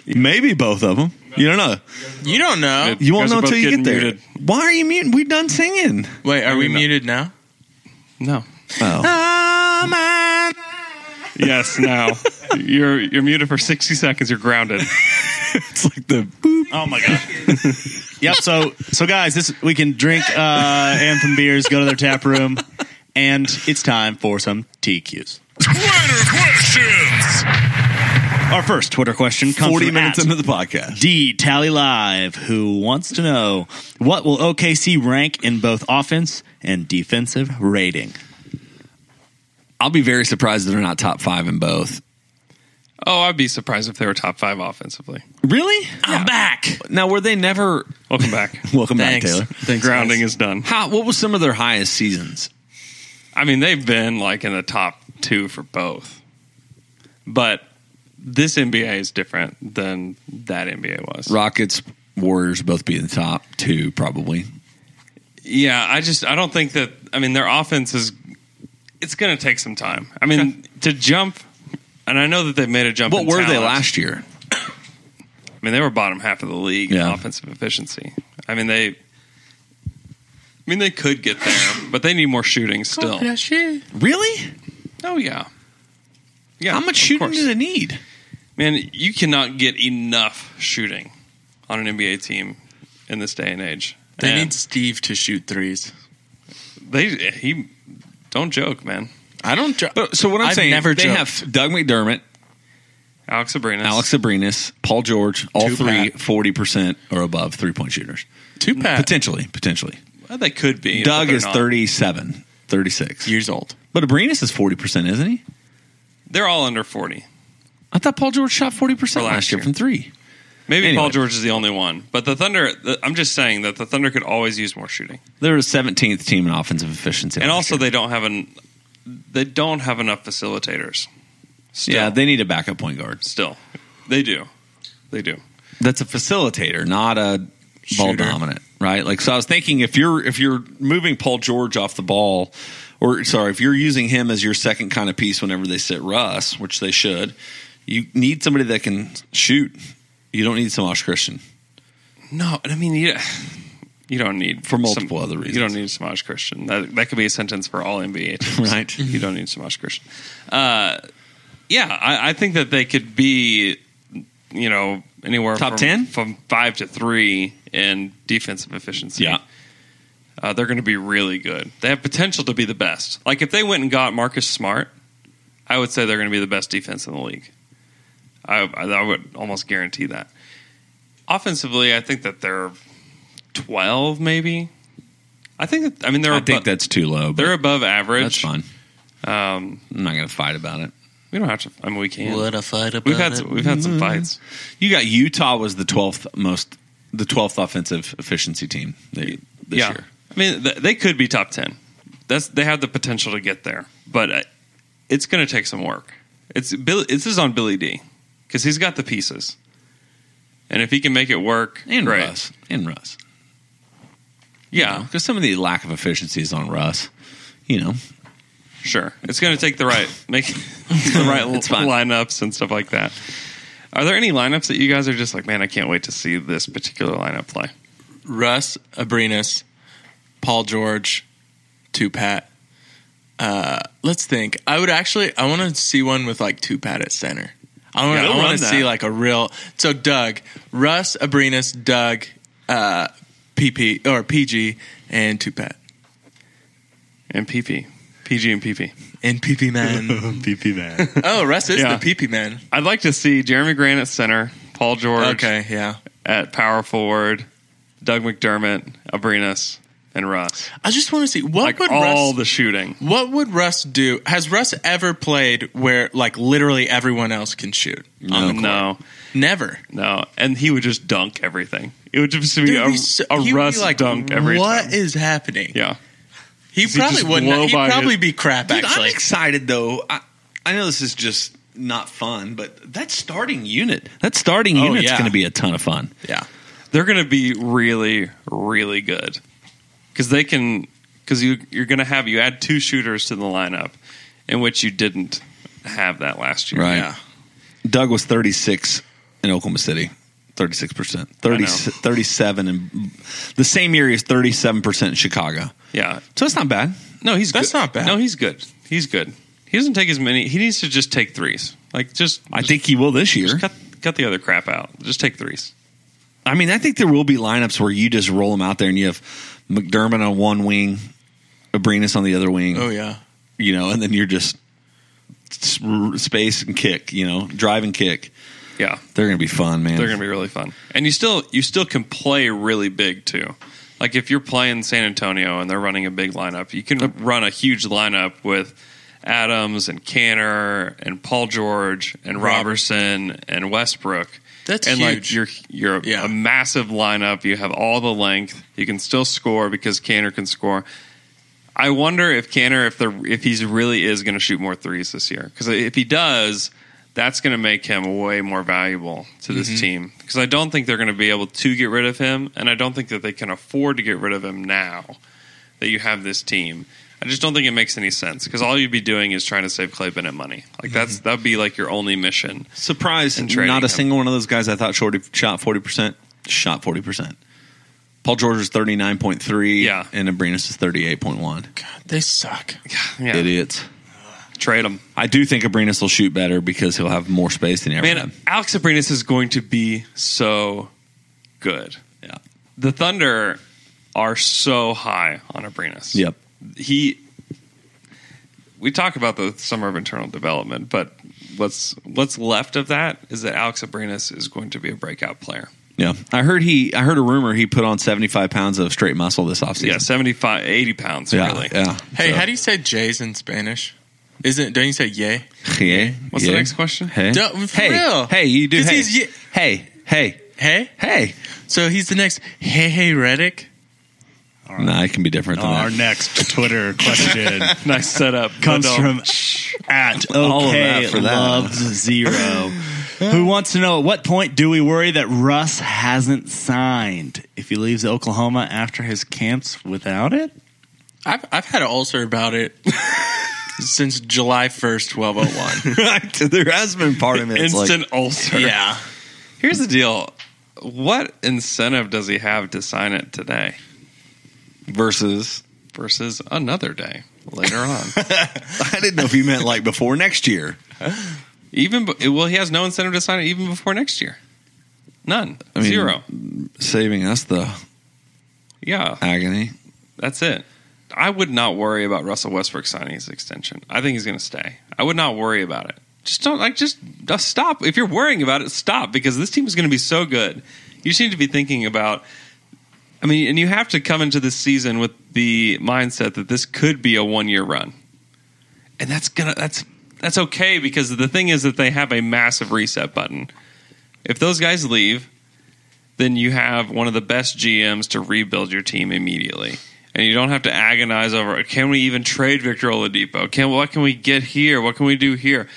F: Maybe both of them. You don't know.
C: You don't know.
F: You won't
E: guys are
F: know
E: both
F: until you
E: getting
F: get there.
E: muted.
F: Why are you muting? We're done singing.
C: Wait, are we
E: No.
C: muted now?
E: No.
F: Oh.
E: Ah, Yes. Now you're you're muted for 60 seconds. You're grounded.
F: it's like the boop.
D: Oh my god. yep. So so guys, this we can drink uh, anthem beers, go to their tap room, and it's time for some TQs.
B: Twitter questions.
D: Our first Twitter question comes
F: 40
D: from
F: minutes
D: at
F: into the podcast.
D: D Tally Live, who wants to know what will OKC rank in both offense and defensive rating.
F: I'll be very surprised if they're not top five in both.
E: Oh, I'd be surprised if they were top five offensively.
F: Really?
C: I'm back.
F: Now, were they never?
E: Welcome back.
F: Welcome
C: Thanks.
F: back, Taylor.
C: Thanks,
E: Grounding
C: guys.
E: is done.
F: How? What was some of their highest seasons?
E: I mean, they've been like in the top two for both, but this NBA is different than that NBA was.
F: Rockets, Warriors, both be in the top two, probably.
E: Yeah, I just I don't think that I mean their offense is it's going to take some time. I mean to jump and I know that they've made a jump.
F: What
E: in
F: were they
E: talent.
F: last year?
E: I mean they were bottom half of the league in
F: Yeah.
E: offensive efficiency. I mean they I mean they could get there, but they need more shooting still.
F: Really?
E: Oh yeah. Yeah.
F: How much
E: of
F: shooting
E: course.
F: do they need?
E: Man, you cannot get enough shooting on an NBA team in this day and age.
C: They
E: And
C: need Steve to shoot threes.
E: they he don't joke, man.
C: I don't. dr-
F: But, so what I'm
C: I've
F: saying,
C: never
F: they
C: joked.
F: have Doug McDermott,
E: Alex Sabrinas.
F: Alex Sabrinas, Paul George, all
C: Tupac.
F: three 40 percent or above three point shooters.
C: Two pat
F: Potentially, potentially.
E: Well, they could be.
F: Doug
E: but
F: is
E: they're not.
F: 37, 36.
C: years old.
F: but Abrinas is 40%, isn't he?
E: They're all under forty.
F: I thought Paul George shot 40%
E: For
F: last,
E: last
F: year,
E: year.
F: from three.
E: Maybe
F: Anyway.
E: Paul George is the only one, but the Thunder. The, I'm just saying that the Thunder could always use more shooting,
F: They're a 17th team in offensive efficiency.
E: and
F: last
E: also
F: year.
E: they don't have an they don't have enough facilitators. Still,
F: yeah, they need a backup point guard.
E: still they do, they do.
F: That's a facilitator, not a ball
C: Shooter.
F: dominant, right? Like so I was thinking if you're if you're moving Paul George off the ball or sorry, if you're using him as your second kind of piece whenever they sit Russ, which they should, you need somebody that can shoot. You don't need Samash Christian.
E: No, and I mean you, you don't need
F: For multiple other
E: You
F: reasons.
E: don't need Samaj Christian. That that could be a sentence for all NBA teams,
F: Right.
E: You don't need Samaj Christian. Uh, yeah, I, I think that they could be, you know, anywhere
F: Top
E: from,
F: 10?
E: from five to three in defensive efficiency.
F: Yeah.
E: Uh, they're going to be really good. They have potential to be the best. Like if they went and got Marcus Smart, I would say they're going to be the best defense in the league. I, I, I would almost guarantee that. Offensively, I think that they're twelve, maybe. I think. That, I mean, they're.
F: I
E: abo-
F: think that's too low.
E: they're
F: But
E: above
F: that's
E: average.
F: fine.
E: Um,
F: I'm not going to fight about it.
E: we don't have to. I mean, we can.
C: What a fight about
E: We've had
C: it.
E: some, we've had some
F: Mm-hmm.
E: fights.
F: You got Utah was the 12th most the 12th offensive efficiency team they, this
E: yeah.
F: year.
E: I mean, th- they could be top ten. That's they have the potential to get there, but uh, it's going to take some work. It's Billy, this is on Billy D because he's got the pieces, and if he can make it work,
F: And
E: great.
F: Russ. And Russ.
E: yeah,
F: Because some of the lack of efficiency is on Russ. You know,
E: sure. It's going to take the right make the right
F: It's fine.
E: lineups and stuff like that. Are there any lineups that you guys are just like, man, I can't wait to see this particular lineup play?
C: Russ Abrinas, Paul George, Tupat. Uh, let's think. I would actually. I want to see one with like Tupat at center. I want.
E: Yeah,
C: to
E: they'll
C: I want
E: run
C: to
E: that.
C: see like a real. So Doug, Russ Abrinas, Doug, uh, PP or PG, and Tupat
E: And PP, PG, and PP.
C: and PP man.
D: PP man.
C: oh, Russ is
E: Yeah.
C: the PP man.
E: I'd like to see Jeremy Grant at center, Paul George
C: Okay, yeah.
E: at power forward, Doug McDermott, Abrinas, and Russ.
C: I just want to see what
E: Like
C: would
E: all
C: Russ
E: the shooting.
C: What would Russ do? Has Russ ever played where like literally everyone else can shoot? on the court?
E: Um, no,
C: never.
E: no, and he would just dunk everything. It would just be
C: Dude,
E: a,
C: he's so-
E: a
C: he'd be
E: Russ
C: like,
E: dunk every
C: What
E: time.
C: is happening?
E: Yeah,
C: He
E: he
C: probably
E: just blow
C: wouldn't. He'd
E: by
C: probably
E: his-
C: be crap.
F: Dude, I'm
C: actually,
F: excited though. I, I know this is just not fun, but that starting unit, that starting
C: Oh,
F: unit's
C: yeah.
F: going to be a ton of fun.
C: yeah.
E: they're going to be really, really good because they can. Because you you're going to have you add two shooters to the lineup, in which you didn't have that last year.
F: Right.
C: Yeah.
F: Doug was 36 in Oklahoma City. 36%. 30,
E: I know.
F: 37 and the same year he was 37% in Chicago.
E: Yeah,
F: So that's not bad.
E: No, he's
C: That's
E: good.
C: not bad.
E: No, he's good. He's good. He doesn't take as many. He needs to just take threes. Like just,
F: I think he will this year.
E: just cut cut the other crap out. Just take threes.
F: I mean, I think there will be lineups where you just roll them out there and you have McDermott on one wing, Abrinas on the other wing,
C: Oh yeah.
F: you know, and then you're just s- r- space and kick, you know, drive and kick.
E: Yeah,
F: They're going to be fun, man.
E: they're gonna be really fun. And you still you still can play really big too. Like if you're playing San Antonio and they're running a big lineup, you can run a huge lineup with Adams and Canner and Paul George and Robertson and Westbrook.
C: That's
E: and like
C: huge.
E: you're you're a-
C: Yeah.
E: a massive lineup. You have all the length. You can still score because Canner can score. I wonder if Canner if the if he's really is going to shoot more threes this year because if he does, that's going to make him way more valuable to this
C: Mm-hmm.
E: team because I don't think they're going to be able to get rid of him, and I don't think that they can afford to get rid of him now that you have this team. I just don't think it makes any sense because all you'd be doing is trying to save Clay Bennett money. Like that's
C: Mm-hmm.
E: that'd be like your only mission.
F: Surprised,
E: And trading
F: not a
E: him.
F: single one of those guys I thought shorty shot forty percent shot forty percent. Paul George is thirty nine point three,
E: Yeah.
F: and Abrinas is thirty eight point one.
C: They suck.
E: Yeah,
F: Idiots.
E: trade him.
F: I do think Abrinas will shoot better because he'll have more space than he ever
E: Man, uh,
F: had.
E: Alex Abrinas is going to be so good.
F: Yeah.
E: The Thunder are so high on Abrinas.
F: Yep.
E: He we talk about the summer of internal development, but what's what's left of that is that Alex Abrinas is going to be a breakout player.
F: Yeah. I heard he I heard a rumor he put on seventy five pounds of straight muscle this offseason.
E: Yeah, 75 80 pounds
F: Yeah.
E: really.
F: Yeah.
C: Hey, how do you say J's in Spanish? Isn't don't you say yay?
F: you yeah.
E: What's the next question?
F: Hey.
C: Don't- for
F: hey,
C: real.
F: hey, you do
C: 'Cause
F: hey.
C: he's ye-
F: hey, hey,
C: Hey,
F: hey.
C: so he's the next hey hey Reddick.
F: Nah, it can be different than
D: Our
F: that.
D: next Twitter question
E: Nice setup.
D: comes
E: Adult.
D: from at
F: All of that
D: okay
F: for that.
D: loves zero, who wants to know at what point do we worry that Russ hasn't signed if he leaves Oklahoma after his camps without it?
C: I've I've had an ulcer about it since July first, twelve oh one.
F: right. There has been part of it. It's like,
E: instant ulcer.
C: Yeah,
E: Here's the deal. What incentive does he have to sign it today?
F: versus
E: versus another day later on.
F: I didn't know if you meant like before next year.
E: even b- well, he has no incentive to sign it even before next year. None,
F: mean-
E: zero.
F: Saving us the
E: Yeah,
F: agony.
E: that's it. I would not worry about Russell Westbrook signing his extension. I think he's going to stay. I would not worry about it. Just don't like just, just stop. If you're worrying about it, stop because this team is going to be so good. You just need to be thinking about. I mean, and you have to come into this season with the mindset that this could be a one year run, and that's gonna that's that's okay because the thing is that they have a massive reset button. If those guys leave, then you have one of the best GMs to rebuild your team immediately. And you don't have to agonize over can we even trade Victor Oladipo? Can what can we get here? What can we do here?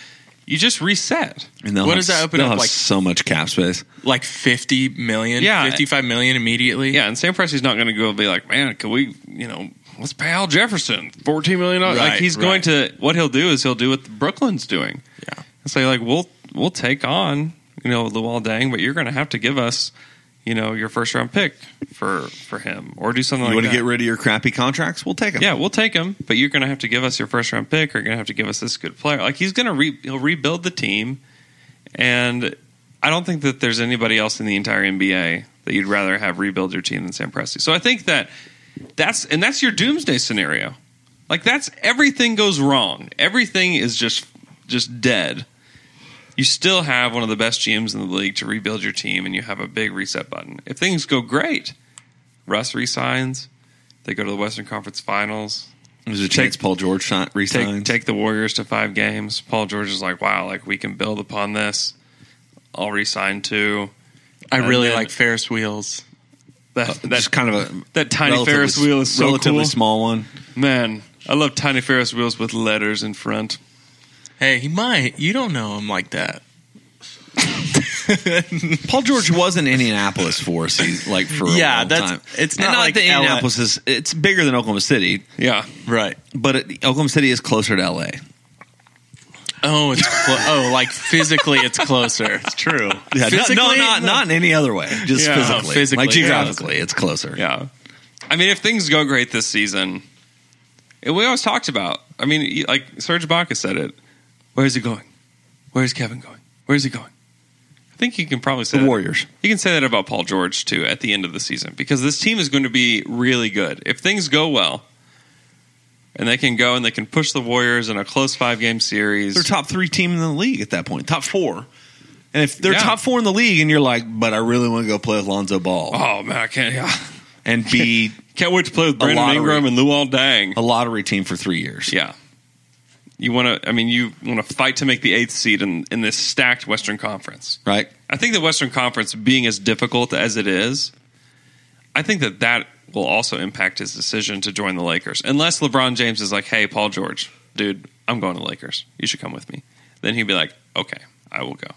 E: You just reset.
F: And they'll
C: What
F: have-
C: does that open
F: they'll
C: up,
F: have
C: like-
F: so much cap space.
C: like fifty million,
E: Yeah.
C: fifty five million immediately.
E: Yeah, and Sam Presti's not going to go be like, man, can we, you know, let's pay Al Jefferson fourteen million dollars. like
C: Right,
E: he's going to what he'll do is he'll do what Brooklyn's doing.
C: Yeah.
E: and say like we'll we'll take on you know Luol Dang, but you're going to have to give us you know your first round pick for for him or do something
F: you
E: like
F: want to
E: that.
F: get rid of your crappy contracts? We'll take them.
E: yeah, we'll take him, but you're going to have to give us your first round pick, or you're going to have to give us this good player. Like he's going to re- he'll rebuild the team, and I don't think that there's anybody else in the entire NBA that you'd rather have rebuild your team than Sam Presti. So I think that that's and that's your doomsday scenario. Like that's everything goes wrong. Everything is just just dead. You still have one of the best GMs in the league to rebuild your team, and you have a big reset button. If things go great, Russ resigns. They go to the Western Conference Finals.
F: There's a chance Paul George si-
E: Take
F: resigns.
E: take the Warriors to five games. Paul George is like, wow, like we can build upon this. I'll resign too.
C: I
E: And
C: really
E: then-
C: like Ferris wheels.
E: That
F: That's
E: that,
F: Uh, kind of a
E: that tiny
F: relatively
E: Ferris
F: s-
E: wheel is so
F: relatively
E: cool.
F: small one.
E: Man, I love tiny Ferris wheels with letters in front.
C: Hey, he might. You don't know him like that.
F: Paul George was in Indianapolis for us, he's like for a
C: Yeah,
F: long
C: that's-
F: time.
C: it's
F: And
C: not like
F: that
C: LA.
F: Indianapolis is. It's bigger than Oklahoma City,
E: Yeah,
C: Right.
F: but it, Oklahoma City is closer to LA.
C: Oh, it's clo- oh, like physically, it's closer.
D: True.
F: Yeah, no-
C: Physically?
F: no, not not in any other way. Just
E: Yeah.
F: physically.
C: Oh, physically,
F: like
C: yeah.
F: geographically, it's closer.
E: yeah. I mean, if things go great this season, and we always talked about. I mean, you- like Serge Ibaka said it. Where is he going? Where is Kevin going? Where is he going? I think you can probably say
F: The
E: that.
F: Warriors.
E: You can say that about Paul George too at the end of the season because this team is going to be really good. If things go well and they can go and they can push the Warriors in a close five game series,
F: They're top three team in the league at that point. Top four. And if they're
E: Yeah.
F: top four in the league, and you're like, but I really want to go play with Lonzo Ball.
E: oh man, Oh, I can't. Yeah.
F: and be
E: Can't wait to play with Brandon
F: lottery.
E: Ingram and Luol Dang.
F: a lottery team for three years.
E: Yeah. You want to? I mean, you want to fight to make the eighth seed in, in this stacked Western Conference.
F: Right?
E: I think the Western Conference being as difficult as it is, I think that that will also impact his decision to join the Lakers. Unless LeBron James is like, "Hey, Paul George, dude, I'm going to the Lakers. You should come with me." Then he'd be like, "Okay, I will go,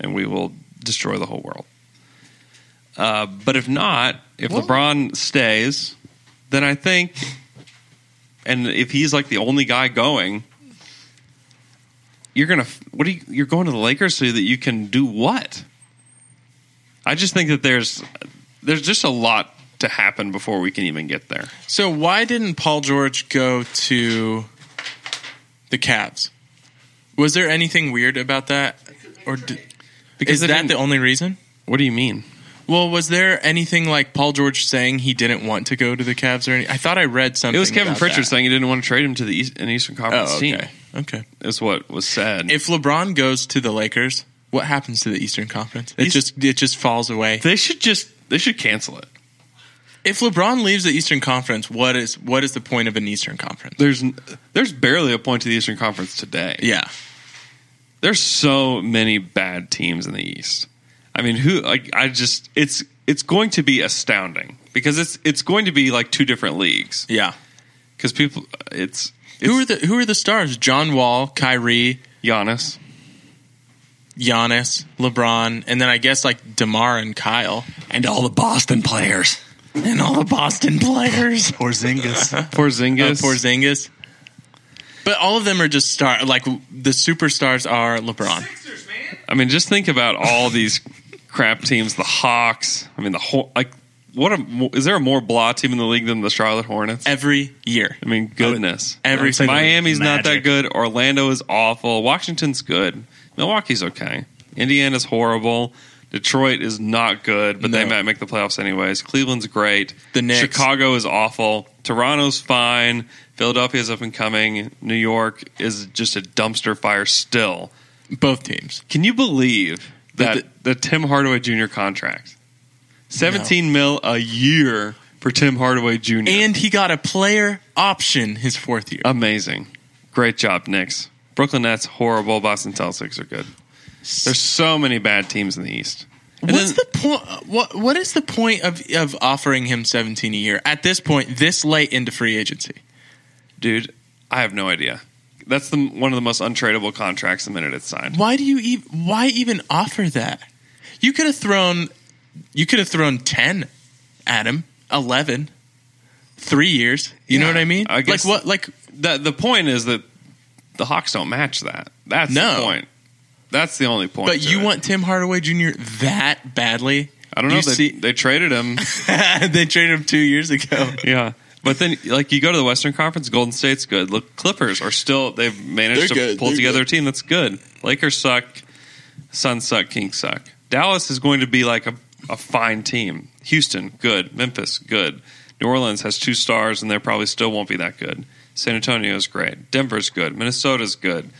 E: and we will destroy the whole world." Uh, but if not, if LeBron stays, then I think, and if he's like the only guy going. You're gonna what are you, you're going to the Lakers so that you can do what? I just think that there's there's just a lot to happen before we can even get there.
C: So why didn't Paul George go to the Cavs? Was there anything weird about that, or d is
E: they
C: that
E: didn't-
C: the only reason?
E: What do you mean?
C: Well, was there anything like Paul George saying he didn't want to go to the Cavs or any? I thought I read something.
E: It was Kevin
C: about
E: Pritchard
C: that.
E: saying he didn't want to trade him to the East, an Eastern Conference
C: Oh,
E: team.
C: okay. Okay.
E: Is what was said.
C: If LeBron goes to the Lakers, what happens to the Eastern Conference? It
E: East-
C: just it just falls away.
E: they should just they should cancel it.
C: If LeBron leaves the Eastern Conference, what is what is the point of an Eastern Conference?
E: There's n- there's barely a point to the Eastern Conference today.
C: Yeah.
E: There's so many bad teams in the East. I mean, who like I just it's it's going to be astounding because it's it's going to be like two different leagues
C: Yeah.
E: because people it's, it's
C: Who are the who are the stars? John Wall, Kyrie,
E: Giannis.
C: Giannis, LeBron, and then I guess like Demar and Kyle Uh,
F: And all the Boston players.
C: and all the Boston players.
F: Porzingis.
E: Porzingis.
C: Oh, Porzingis. Porzingis. But all of them are just star like the superstars are LeBron.
E: I mean, just think about all these crap teams. The Hawks. I mean, the whole like what a, is there a more blah team in the league than the Charlotte Hornets?
C: Every year.
E: I mean, goodness.
C: Every
E: Every
C: single-
E: Miami's not that
D: Magic.
E: good. Orlando is awful. Washington's good. Milwaukee's okay. Indiana's horrible. Detroit is not good, but they
C: No.
E: might make the playoffs anyways. Cleveland's great.
C: The Knicks.
E: Chicago is awful. Toronto's fine. Philadelphia's up and coming. New York is just a dumpster fire still.
C: Both teams.
E: Can you believe that
C: But
E: the, Tim Hardaway Jr. contract? 17 mil a year for Tim Hardaway Jr.
C: And he got a player option his fourth
E: Uh,
C: year.
E: amazing. Great job, Knicks. Brooklyn Nets horrible. Boston Celtics are good. There's so many bad teams in the East. And
C: What's
E: then-
C: the point? What What is the point of of offering him seventeen a year at this point, this late into free agency?
E: dude, I have no idea. That's the one of the most untradeable contracts the minute it's signed.
C: Why do you even? Why even offer that? You could have thrown. You could have thrown ten at him. Eleven. Three years. You know
E: Yeah,
C: what I mean?
E: I guess-
C: like what? Like
E: The the point is that the Hawks don't match that. That's the
C: No.
E: point. That's the only point.
C: But
E: to
C: you
E: it.
C: want Tim Hardaway Jr. that badly?
E: I don't know.
C: You
E: They,
C: see-
E: they traded him.
C: they traded him two years ago.
E: Yeah. But then, like, you go to the Western Conference, Golden State's good. Look, Clippers are still, they've managed
C: They're
E: to
C: good.
E: pull
C: They're
E: together a team that's good. Lakers suck. Suns suck. Kings suck. Dallas is going to be like a, a fine team. Houston, good. Memphis, good. New Orleans has two stars, and they probably still won't be that good. San Antonio is great. Denver's good. Minnesota's good.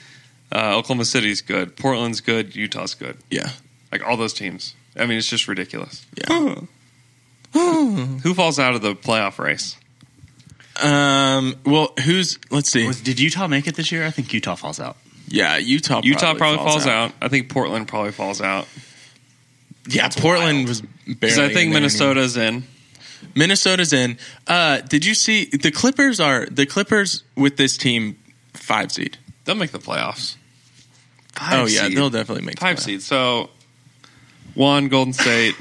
E: Uh, Oklahoma City's good. Portland's good. Utah's good.
C: Yeah.
E: Like, all those teams. I mean, it's just ridiculous.
C: Yeah.
E: Who falls out of the playoff race?
C: Um. Well, who's? Let's see.
D: Was, did Utah make it this year? I think Utah falls out.
C: Yeah, Utah.
E: Utah probably, falls, out. I think Portland probably falls out.
C: Yeah, Portland was barely.
E: Because I think
C: in there
E: Minnesota's in.
C: anymore. Minnesota's in. Uh, did you see the Clippers are the Clippers with this team five seed?
E: They'll make the playoffs.
C: oh yeah,
E: seed.
C: they'll definitely make the
E: Five
C: playoff.
E: seed. So one Golden State,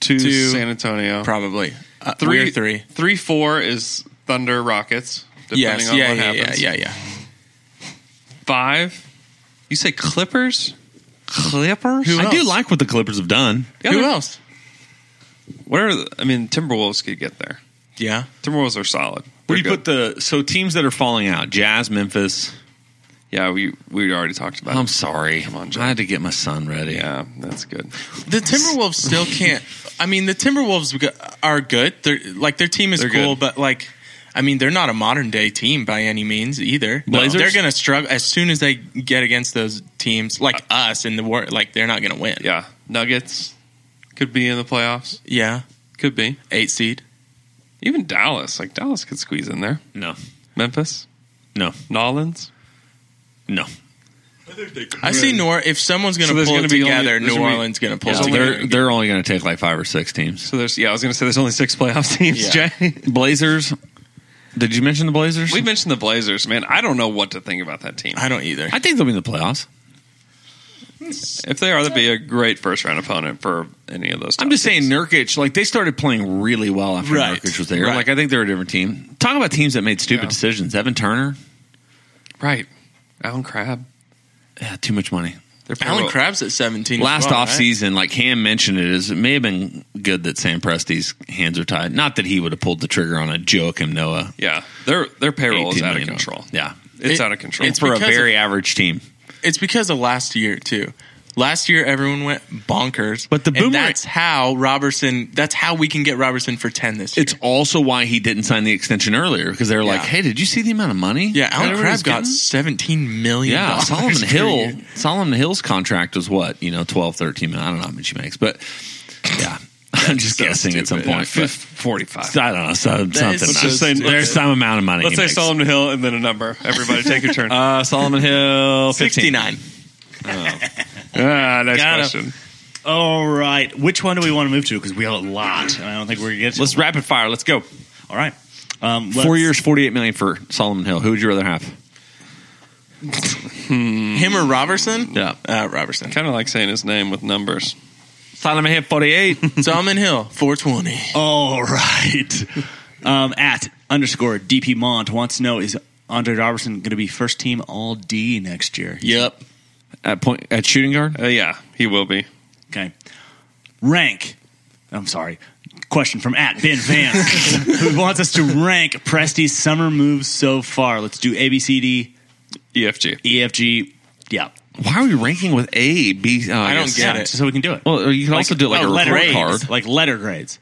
E: two,
C: Two.
E: San Antonio,
C: probably. Uh,
E: Three-
C: we're three.
E: three four is Thunder Rockets. Depending
C: Yes.
E: on
C: Yeah.
E: what
C: Yeah, yeah.
E: happens.
C: Yeah. Yeah.
E: Five. You say Clippers? Clippers?
C: Who
F: I do
C: else?
F: like what the Clippers have done.
E: The
C: Who
E: other-
C: else?
E: What are the, I mean? Timberwolves could get there.
C: Yeah.
E: Timberwolves are solid.
F: Where do
E: They're
F: you put
E: good.
F: the so teams that are falling out? Jazz, Memphis.
E: Yeah, we we already talked about.
F: I'm
E: it.
F: sorry.
E: on, Jay.
F: I had to get my son ready.
E: Yeah, that's good.
C: The Timberwolves still can't. I mean, the Timberwolves go- are good. They're like their team is
E: They're
C: cool,
E: good.
C: but like, I mean, they're not a modern day team by any means either.
E: Blazers?
C: They're gonna struggle as soon as they get against those teams like us in the war. Like they're not gonna win.
E: Yeah, Nuggets could be in the playoffs.
C: Yeah.
E: Could be.
C: eight seed.
E: Even Dallas, like Dallas could squeeze in there.
G: No,
E: Memphis,
G: no,
E: Nolans.
G: no.
C: I see Nor. If someone's going
E: Mm. So
C: to
E: there's
C: pull
E: gonna
C: it
E: be only-
C: together,
E: there's
C: New
E: gonna be-
C: Orleans going to pull
E: Yeah,
C: it
E: so
C: together.
F: They're they're only going to take like five or six teams.
E: So there's yeah, I was gonna say there's only six playoff teams. Jay.
F: Blazers. Did you mention the Blazers?
E: We mentioned the Blazers, man. I don't know what to think about that team.
C: I don't either.
F: I think they'll be in the playoffs.
E: If they are, that'd be a great first round opponent for any of those.
F: I'm
E: top
F: just saying
E: teams.
F: Nurkic. Like they started playing really well after
C: Right.
F: Nurkic was there.
C: Right.
F: Like I think they're a different team. Talking about teams that made stupid
E: Yeah.
F: decisions. Evan Turner.
E: right, Alan Crab.
F: Yeah, too much money.
E: They're paying
C: Alan
E: about-
C: Krabs at seventeen. as
F: Last
C: well, right?
F: off season, like Ham mentioned, it is it may have been good that Sam Presti's hands are tied. Not that he would have pulled the trigger on a Joakim Noah.
E: Yeah, their their payroll is
F: 18
E: out of
F: million.
E: control.
F: Yeah,
E: It's
C: It-
E: out of control.
C: it's
F: for a
C: because
F: very average team.
C: It's because of last year too. Last year, everyone went bonkers.
F: But the
C: and
F: boomerang-
C: that's how Robertson. That's how we can get Robertson for ten this year.
F: It's also why he didn't sign the extension earlier because they were like,
C: Yeah.
F: "Hey, did you see the amount of money?"
C: yeah, Alan
F: that everybody's
C: Crabbe got
F: getting?
C: seventeen million.
F: Yeah,
C: dollars
F: Solomon
C: per
F: Hill.
C: year.
F: Solomon Hill's contract was what you know 12, 13 million. I don't know how much he makes, but yeah, I'm just guessing at some point.
E: Yeah,
F: but-
E: forty five.
F: I don't know some, something.
C: Let's just
E: say-
F: there's some amount of money.
E: Let's
F: he
E: say
F: makes.
E: Solomon Hill and then a number. Everybody take your turn.
F: Uh, Solomon Hill, 15.
C: Sixty-nine.
E: ah,
D: Got
E: next
D: him.
E: question.
D: All right. Which one do we want to move to? Because we have a lot, and I don't think we're going to get to
F: Let's rapid fire. Let's go.
D: All right. Um, let's-
F: Four years, forty-eight million for Solomon Hill. Who would you rather have?
C: Him or Robertson?
F: Yeah,
C: Uh, Robertson.
E: Kind of like saying his name with numbers.
F: Solomon Hill, forty-eight.
C: Solomon Hill, four twenty.
D: All right. Um, at underscore DP Mont wants to know is Andre Robertson going to be first team all D next year?
C: Yep.
F: at point at shooting guard.
E: Uh, yeah, he will be.
D: Okay. Rank. I'm sorry. Question from at Ben Vance, who wants us to rank Presti's summer moves so far. Let's do A, B, C, D,
E: EFG.
D: E, F, G. Yeah.
F: Why are we ranking with A, B? Oh,
C: I don't
F: guess.
C: get
D: Yeah,
C: it.
D: So we can do it.
F: Well, you can also do like
D: oh,
F: a
D: letter
F: report
D: grades.
F: card.
D: Like letter grades.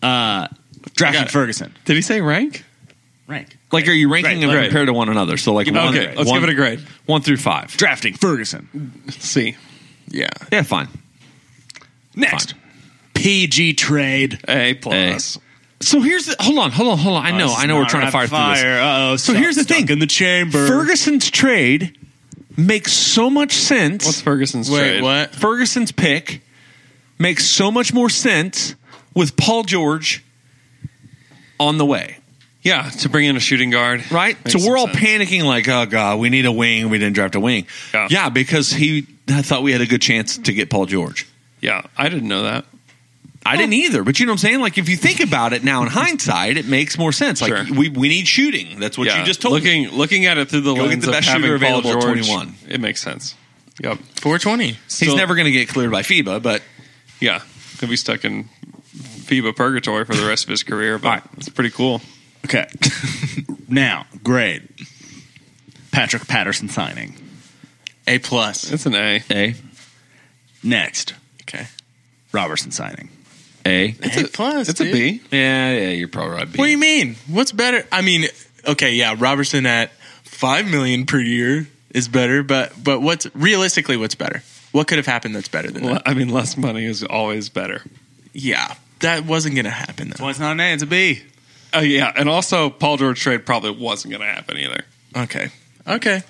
D: Uh, drafting
C: it.
D: Ferguson.
E: Did he say rank?
D: Rank.
F: Like, are you ranking them
D: Right.
F: compared to one another? So, like,
D: Give it
F: one,
D: a
E: Okay,
D: grade.
E: let's
F: one-
E: give it a grade.
F: One through five.
D: Drafting Ferguson.
E: C.
C: Yeah.
F: Yeah, fine.
D: Next. PG trade.
E: A plus.
F: So here's the, hold on, hold on, hold on. I
E: Uh,
F: know, Oh, I know, we're trying to fire, through this.
D: Oh,
F: So here's the thing.
D: in the chamber.
F: Ferguson's trade makes so much sense.
E: What's Ferguson's
C: Wait,
E: trade?
C: what?
F: Ferguson's pick makes so much more sense with Paul George on the way,
E: Yeah, to bring in a shooting guard.
F: right?
E: Makes
F: so
E: some
F: we're all
E: sense.
F: panicking like, oh god, we need a wing. We didn't draft a wing.
E: Yeah.
F: because he I thought we had a good chance to get Paul George.
E: Yeah, I didn't know that. Oh.
F: I didn't either, but you know what I'm saying? Like if you think about it now in hindsight, it makes more sense. Like
E: Sure.
F: we, we need shooting. That's what
E: yeah,
F: you just told me.
E: looking looking at it through the
F: Go get
E: lens
F: the best
E: of having
F: shooter
E: Paul
F: available at
E: George,
F: 21.
E: It makes sense. Yep.
C: Four twenty.
F: He's
E: So-
F: never going to get cleared by FIBA, but
E: Yeah, he'll be stuck in FIBA purgatory for the rest of his career. But it's pretty cool.
D: Okay. now, grade. Patrick Patterson signing.
C: A plus.
E: It's an A.
F: a
D: Next,
C: Okay.
D: Robertson signing.
F: a
C: a, plus.
E: It's a
C: dude.
E: B.
F: yeah yeah you're probably right. B.
C: What do you mean? What's better? I mean, okay, yeah, Robertson at five million per year is better, but but what's realistically what's better? What could have happened that's better than
E: Well,
C: that?
E: I mean, less money is always better.
C: Yeah, that wasn't gonna happen though.
D: Well, it's not an A, it's a B.
E: Oh yeah, and also Paul George trade probably wasn't going to happen either.
C: Okay, okay,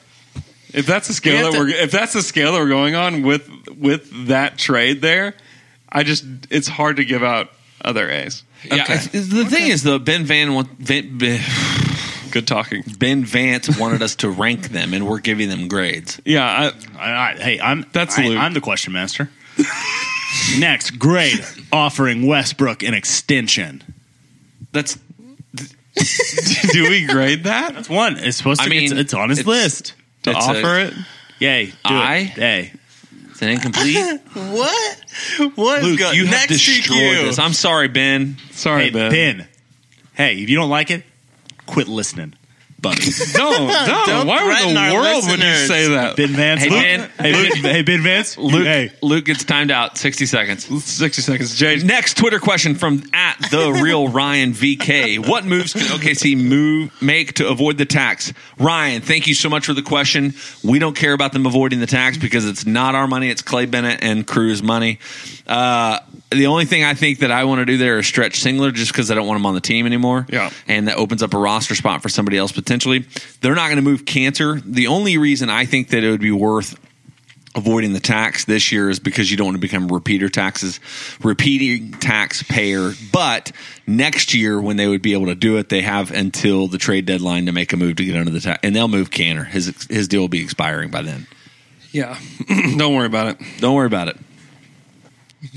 E: If that's the
C: We
E: scale
C: have
E: that
C: to-
E: we're if that's the scale that we're going on with with that trade there, I just it's hard to give out other A's.
F: Yeah,
C: Okay.
F: I- the thing is though, Ben Van want, Van, Ben-
E: Good talking.
F: Ben Vance wanted us to rank them, and we're giving them grades.
E: Yeah, I,
D: All right, hey, I'm
E: That's
D: I,
E: Luke.
D: I'm the question master. Next, grade offering Westbrook an extension.
F: That's
E: do we grade that
D: It's one. It's supposed to
F: I
D: be. It's,
F: mean,
D: it's on his
F: it's-
D: list.
E: to
F: It's a-
E: offer it?
D: Yay! Do
F: I-
D: it. Hey,
F: it's an incomplete.
C: what? What? is
F: Luke,
C: go-
F: you have
C: next to
F: destroyed
C: you.
F: this. I'm sorry, Ben.
D: hey,
E: Sorry, Ben.
D: Ben. Hey, if you don't like it, quit listening, buddy.
E: Don't, don't.
C: Don't
E: Why in
C: threaten our
E: the world would you
C: listeners.
E: say that?
D: Ben Vance.
F: Hey,
D: Luke-
F: Ben.
D: Hey, ben, hey, Ben Vance. you-
F: Luke,
D: Hey,
F: Luke gets timed out. Sixty seconds.
E: 60 seconds. Jay,
F: Next Twitter question from at the real Ryan VK. What moves can OKC move make to avoid the tax? Ryan, thank you so much for the question. We don't care about them avoiding the tax because it's not our money; it's Clay Bennett and Crew's money. Uh, the only thing I think that I want to do there is stretch Singler just because I don't want him on the team anymore.
E: Yeah.
F: And that opens up a roster spot for somebody else potentially. They're not going to move Cantor. The only reason I think that it would be worth avoiding the tax this year is because you don't want to become repeater taxes repeating taxpayer but next year when they would be able to do it they have until the trade deadline to make a move to get under the tax and they'll move canner his his deal will be expiring by then
E: Yeah. Don't worry about it.
F: don't worry about it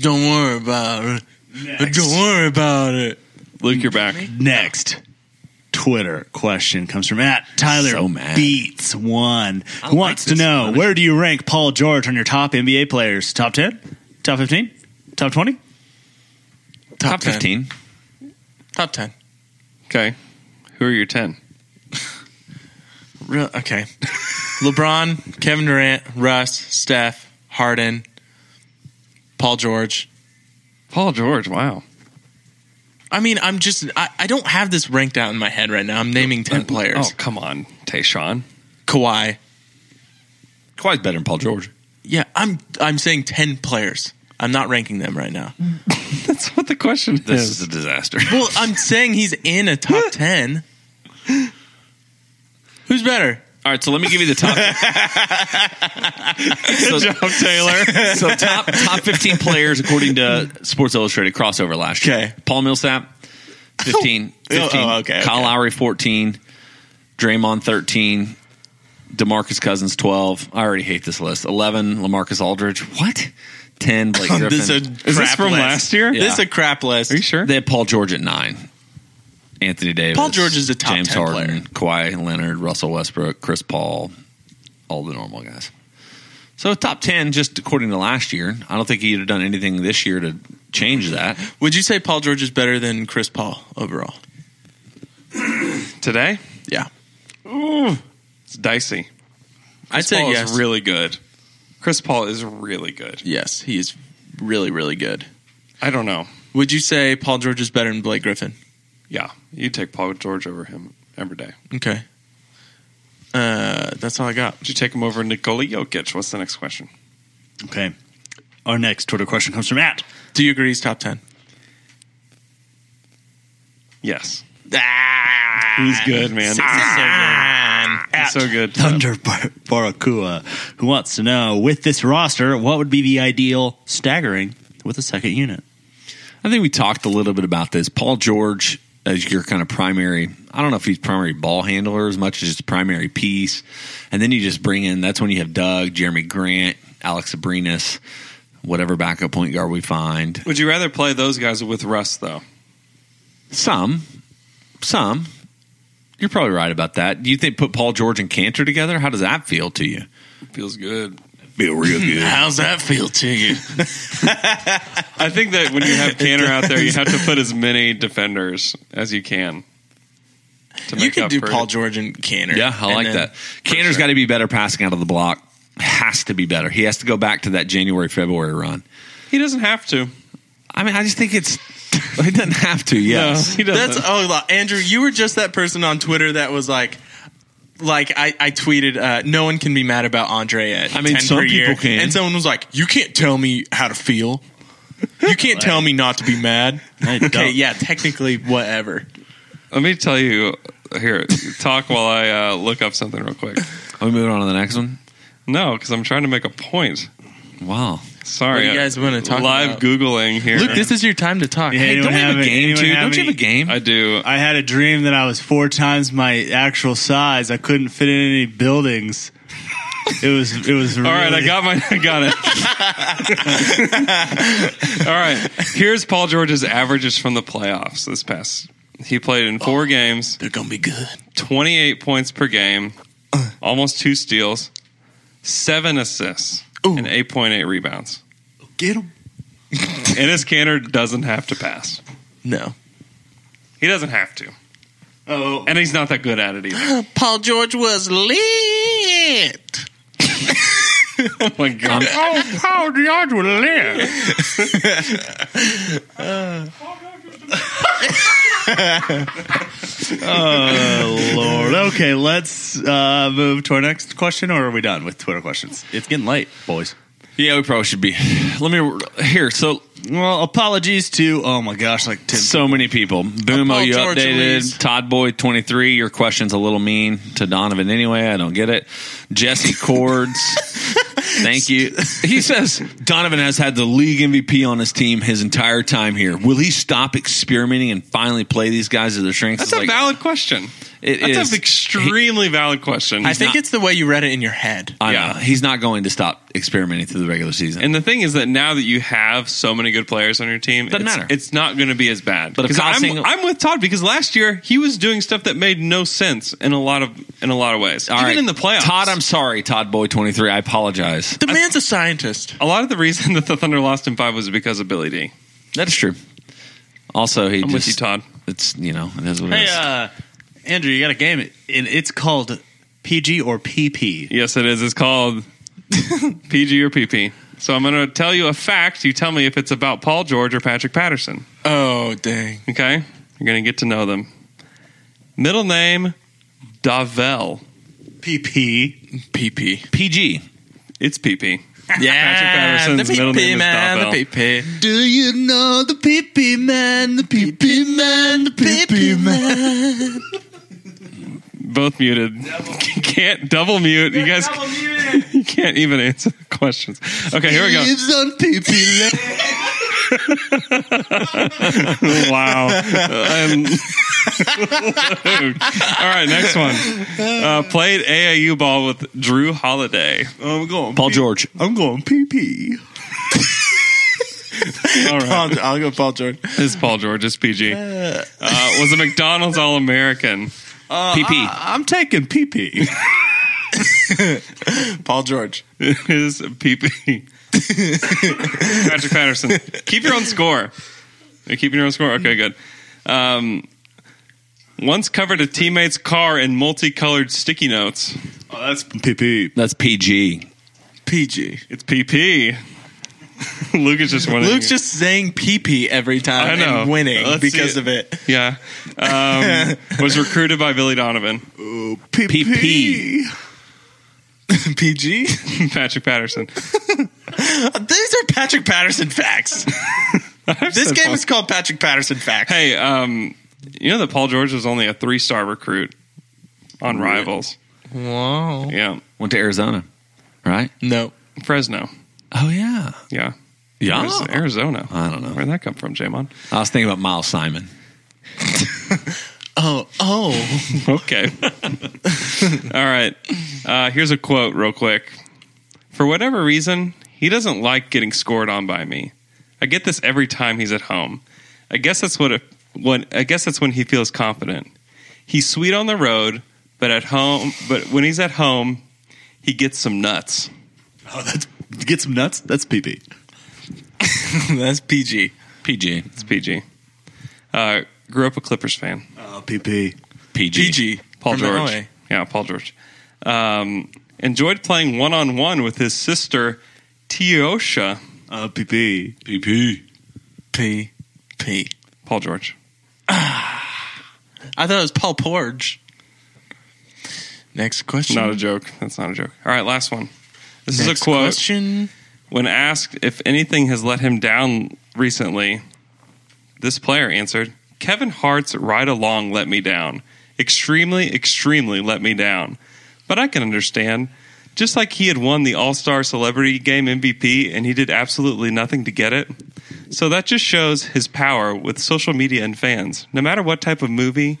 C: Don't worry about it. Don't worry about it.
E: Luke, you're back.
D: Next Twitter question comes from at Tyler
F: So mad.
D: Beats One.
F: I
D: Who
F: like
D: wants to
F: this
D: know
F: one.
D: where do you rank Paul George on your top NBA players? Top ten? Top fifteen? Top twenty?
F: top,
C: 10.
F: 15
C: Top ten.
E: Okay. Who are your 10?
C: Real, okay. LeBron, Kevin Durant, Russ, Steph, Harden, Paul George.
E: Paul George. Wow.
C: I mean, I'm just I, I don't have this ranked out in my head right now. I'm naming
F: uh,
C: ten
E: Oh,
C: players.
E: come on, Tayshawn.
F: oh.
C: Kawhi.
F: quite better than paul george
C: Yeah, I'm I'm saying ten players. I'm not ranking them right now.
E: That's what the question
F: this
E: is.
F: is a disaster
C: Well, I'm saying he's in a top ten. Who's better?
F: all right so let me give you the top so,
E: Taylor.
F: so top top 15 players according to Sports Illustrated crossover last year.
C: Okay.
F: Paul Millsap 15, 15.
C: oh, okay,
F: Kyle
C: okay.
F: Lowry 14, Draymond 13, DeMarcus Cousins 12. I already hate this list. 11 LaMarcus Aldridge. What? 10 Blake Griffin.
C: This is a
E: Is
C: crap
E: this from
C: list.
E: last year?
F: Yeah.
C: This is a crap list.
E: Are you sure?
F: they had Paul George at 9. Anthony Davis.
C: Paul George is a top
F: James
C: 10
F: Harden, Kawhi Leonard, Russell Westbrook, Chris Paul, all the normal guys. So top 10 just according to last year. I don't think he'd have done anything this year to change that.
C: Would you say Paul George is better than Chris Paul overall?
E: Today?
C: Yeah,
E: It's dicey.
C: I'd
E: Chris
C: say
E: Paul
C: yes.
E: is really good. Chris Paul is really good.
C: yes, he is really really good.
E: I don't know.
C: Would you say Paul George is better than Blake Griffin?
E: Yeah. You take Paul George over him every day.
C: Okay, uh, that's all I got.
E: Would you take him over Nikola Jokic? What's the next question?
D: Okay. Our next Twitter question comes from at
C: Do you agree he's top ten?
E: Yes. He's good, man.
F: Ah.
E: He's so good.
D: Thunder Bar- Barracuda, who wants to know with this roster, what would be the ideal staggering with a second unit?
F: I think we talked a little bit about this. Paul George as your kind of primary, I don't know if he's primary ball handler as much as just primary piece. And then you just bring in, that's when you have Doug, Jeremy Grant, Alex Abrinas, whatever backup point guard we find.
E: Would you rather play those guys with Russ, though?
F: Some, some. You're probably right about that. Do you think put Paul George and Cantor together? How does that feel to you?
E: Feels good.
F: Feel real good.
C: How's that feel to you?
E: I think that when you have Canner out there, you have to put as many defenders as you can. To
C: you
E: make
C: can
E: up
C: do
E: for
C: Paul
E: it.
C: George and Canner.
F: yeah, I
C: And
F: like
C: then-
F: that. Cantor's got to be better passing out of the block. Has to be better. He has to go back to that January February run.
E: He doesn't have to.
F: I mean, I just think it's. He doesn't have to. Yes.
E: No, he doesn't.
C: That's oh, Andrew, you were just that person on Twitter that was like. Like I, I tweeted, uh, no one can be mad about Andre at
F: I mean,
C: 10
F: some
C: per year.
F: people can.
C: and someone was like, "You can't tell me how to feel. You can't tell me not to be mad."
D: I
C: Okay,
D: don't-
C: yeah, technically, whatever.
E: Let me tell you here. Talk while I uh, look up something real quick.
F: Are we moving on to the next one?
E: No, because I'm trying to make a point.
F: Wow.
E: Sorry,
C: What do you guys wanna talk
E: Live
C: about?
E: googling here.
C: Luke, this is your time to talk.
D: Yeah,
C: Hey,
D: anyone
C: don't we have
D: have
C: a
D: it?
C: game,
D: Anyone
C: dude?
D: have
C: Don't you
D: any-
C: have a game?
E: I do.
D: I had a dream that I was four times my actual size. I couldn't fit in any buildings. It was it was really,
E: All right, I got my, I got it. All right, here's Paul George's averages from the playoffs this past. He played in four games.
C: They're gonna be good.
E: 28 points per game, almost two steals, seven assists, and 8.8 rebounds.
C: Get them.
E: Ennis Canner doesn't have to pass.
C: No,
E: He doesn't have to.
D: Oh,
E: And he's not that good at it either.
C: Paul George was lit.
E: Oh my God.
D: Paul George will live. oh Lord. Okay, let's uh, move to our next question, or are we done with Twitter questions? It's getting late, boys.
F: Yeah, we probably should be. Let me here. So
D: Well, apologies to oh my gosh, like ten.
F: So many people. Boomo,
C: Paul
F: you
C: George
F: updated.
C: Ruiz.
F: Todd Boy twenty three. Your question's a little mean to Donovan anyway. I don't get it. Jesse Cords. Thank you. He says Donovan has had the league MVP on his team his entire time here. Will he stop experimenting and finally play these guys to their strengths?
E: That's
F: It's
E: a
F: like,
E: valid question.
F: It
E: That's
F: is.
E: an extremely valid question.
C: I think
F: not-
C: it's the way you read it in your head.
F: I know.
E: yeah.
F: He's not going to stop experimenting through the regular season.
E: And the thing is that now that you have so many good players on your team,
F: Doesn't
E: it's,
F: matter.
E: it's not going to be as bad.
F: But if
E: 'Cause I'm,
F: Cossing-
E: I'm with Todd because last year he was doing stuff that made no sense in a lot of in a lot of ways,
F: All
E: even
F: right.
E: in the playoffs.
F: Todd, I'm sorry, Todd Boy twenty three. I apologize.
C: The man's a scientist.
E: a lot of the reason that the Thunder lost in five was because of Billy D.
F: That's true. Also, he
E: I'm with
F: just
E: you, Todd.
F: It's you know it is what it
D: Hey,
F: is.
D: uh, Andrew, you got a game, and it's called PG or PP.
E: Yes, it is. It's called PG or PP. So I'm going to tell you a fact. You tell me if it's about Paul George or Patrick Patterson.
C: Oh dang!
E: Okay, you're going to get to know them. Middle name Davel.
D: PP.
C: PP.
F: PG.
E: It's PP. Patrick
C: Yeah,
E: Patterson's
C: the
E: middle
C: PP
E: name is
C: man,
E: Dobell.
C: the PP.
D: Do you know the PP man? The PP man. The PP man.
E: both muted. You can't double mute. You guys, you can't even answer the questions. Okay, here we go.
D: Lives on PP land.
E: Wow. Um, all right, next one. Uh, played AAU ball with Drew Holiday.
D: I'm going.
F: Paul George.
D: I'm going PP.
E: All right,
C: I'll, I'll go Paul George.
E: it's Paul George. It's PG. Uh, was a McDonald's All American.
F: PP.
D: I'm taking PP.
C: Paul George.
E: Is PP. Patrick Patterson. Keep your own score. You're keeping your own score. Okay, good. Um, once covered a teammate's car in multicolored sticky notes.
D: Oh, that's PP.
F: That's PG.
C: PG.
E: It's PP. Lucas just winning.
C: Luke's just saying PP every time
E: I know.
C: and winning
E: Let's see
C: because
E: it.
C: of it.
E: yeah. Um, was recruited by Billy Donovan,
F: PP.
C: PG.
E: Patrick Patterson.
C: These are Patrick Patterson facts. this game is called Patrick Patterson facts.
E: Hey, um, you know that Paul George was only a three-star recruit on Rivals.
C: Wow.
E: Yeah,
F: Went to Arizona, right?
C: No.
E: Fresno.
F: Oh yeah.
E: Yeah,
F: Yeah.
E: Ariz- Arizona.
F: Oh. I don't know.
E: Where'd that come from, Jamon?
F: I was thinking about Miles Simon.
C: Oh. Oh.
E: Okay. All right. Uh, here's a quote, real quick. For whatever reason, he doesn't like getting scored on by me. I get this every time he's at home. I guess that's what. It, what I guess that's when he feels confident. He's sweet on the road, but at home, but when he's at home, he gets some nuts.
D: Oh, that's get some nuts. That's PP.
C: That's PG.
F: PG.
E: It's PG. Uh, grew up a Clippers fan.
D: Oh, PP.
F: PG.
C: PG.
E: Paul
C: From
E: George.
C: Illinois.
E: Yeah, Paul George. Um, enjoyed playing one on one with his sister Teosha.
D: Oh, PP.
F: PP.
C: P. P.
E: Paul George.
C: I thought it was Paul Porge. Next question.
E: Not a joke. That's not a joke. All right, last one. This is
C: Next
E: a quote.
C: Question.
E: When asked if anything has let him down recently, this player answered, Kevin Hart's ride along let me down. Extremely, extremely let me down. But I can understand. Just like he had won the All Star Celebrity Game MVP and he did absolutely nothing to get it. So that just shows his power with social media and fans. No matter what type of movie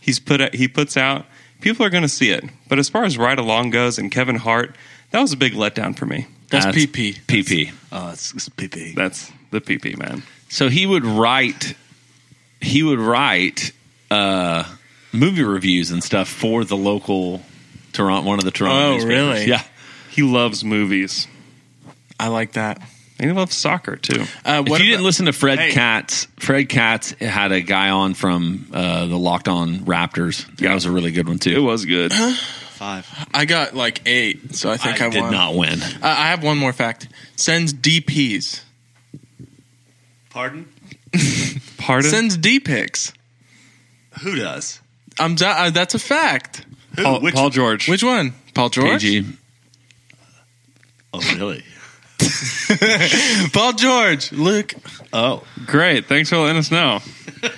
E: he's put he puts out, people are going to see it. But as far as Ride Along goes and Kevin Hart, that was a big letdown for me.
C: That's,
F: That's-
C: PP.
F: PP.
D: Oh, it's, it's PP.
E: That's the PP man.
F: So he would write. He would write uh, movie reviews and stuff for the local Toronto. One of the Toronto.
C: Oh,
F: newspapers.
C: really?
F: Yeah.
E: He loves movies.
C: I like that.
E: And he loves soccer too.
C: Uh,
F: If
C: what
F: you
C: about-
F: didn't listen to Fred
C: Hey.
F: Katz, Fred Katz had a guy on from uh, the Locked On Raptors. That was a really good one
E: It
F: too.
E: was good.
D: Five.
C: I got like eight, so I think I,
F: did
C: won.
F: not win.
C: I I have one more fact. Sends DPs.
D: Pardon?
E: Pardon
C: Sends D pics.
D: Who does?
C: I'm di- uh, that's a fact.
D: Who?
E: Paul, Paul George.
C: Which one? Paul George.
F: PG.
D: Oh, really?
C: Paul George, look.
E: Great. Thanks for letting us know.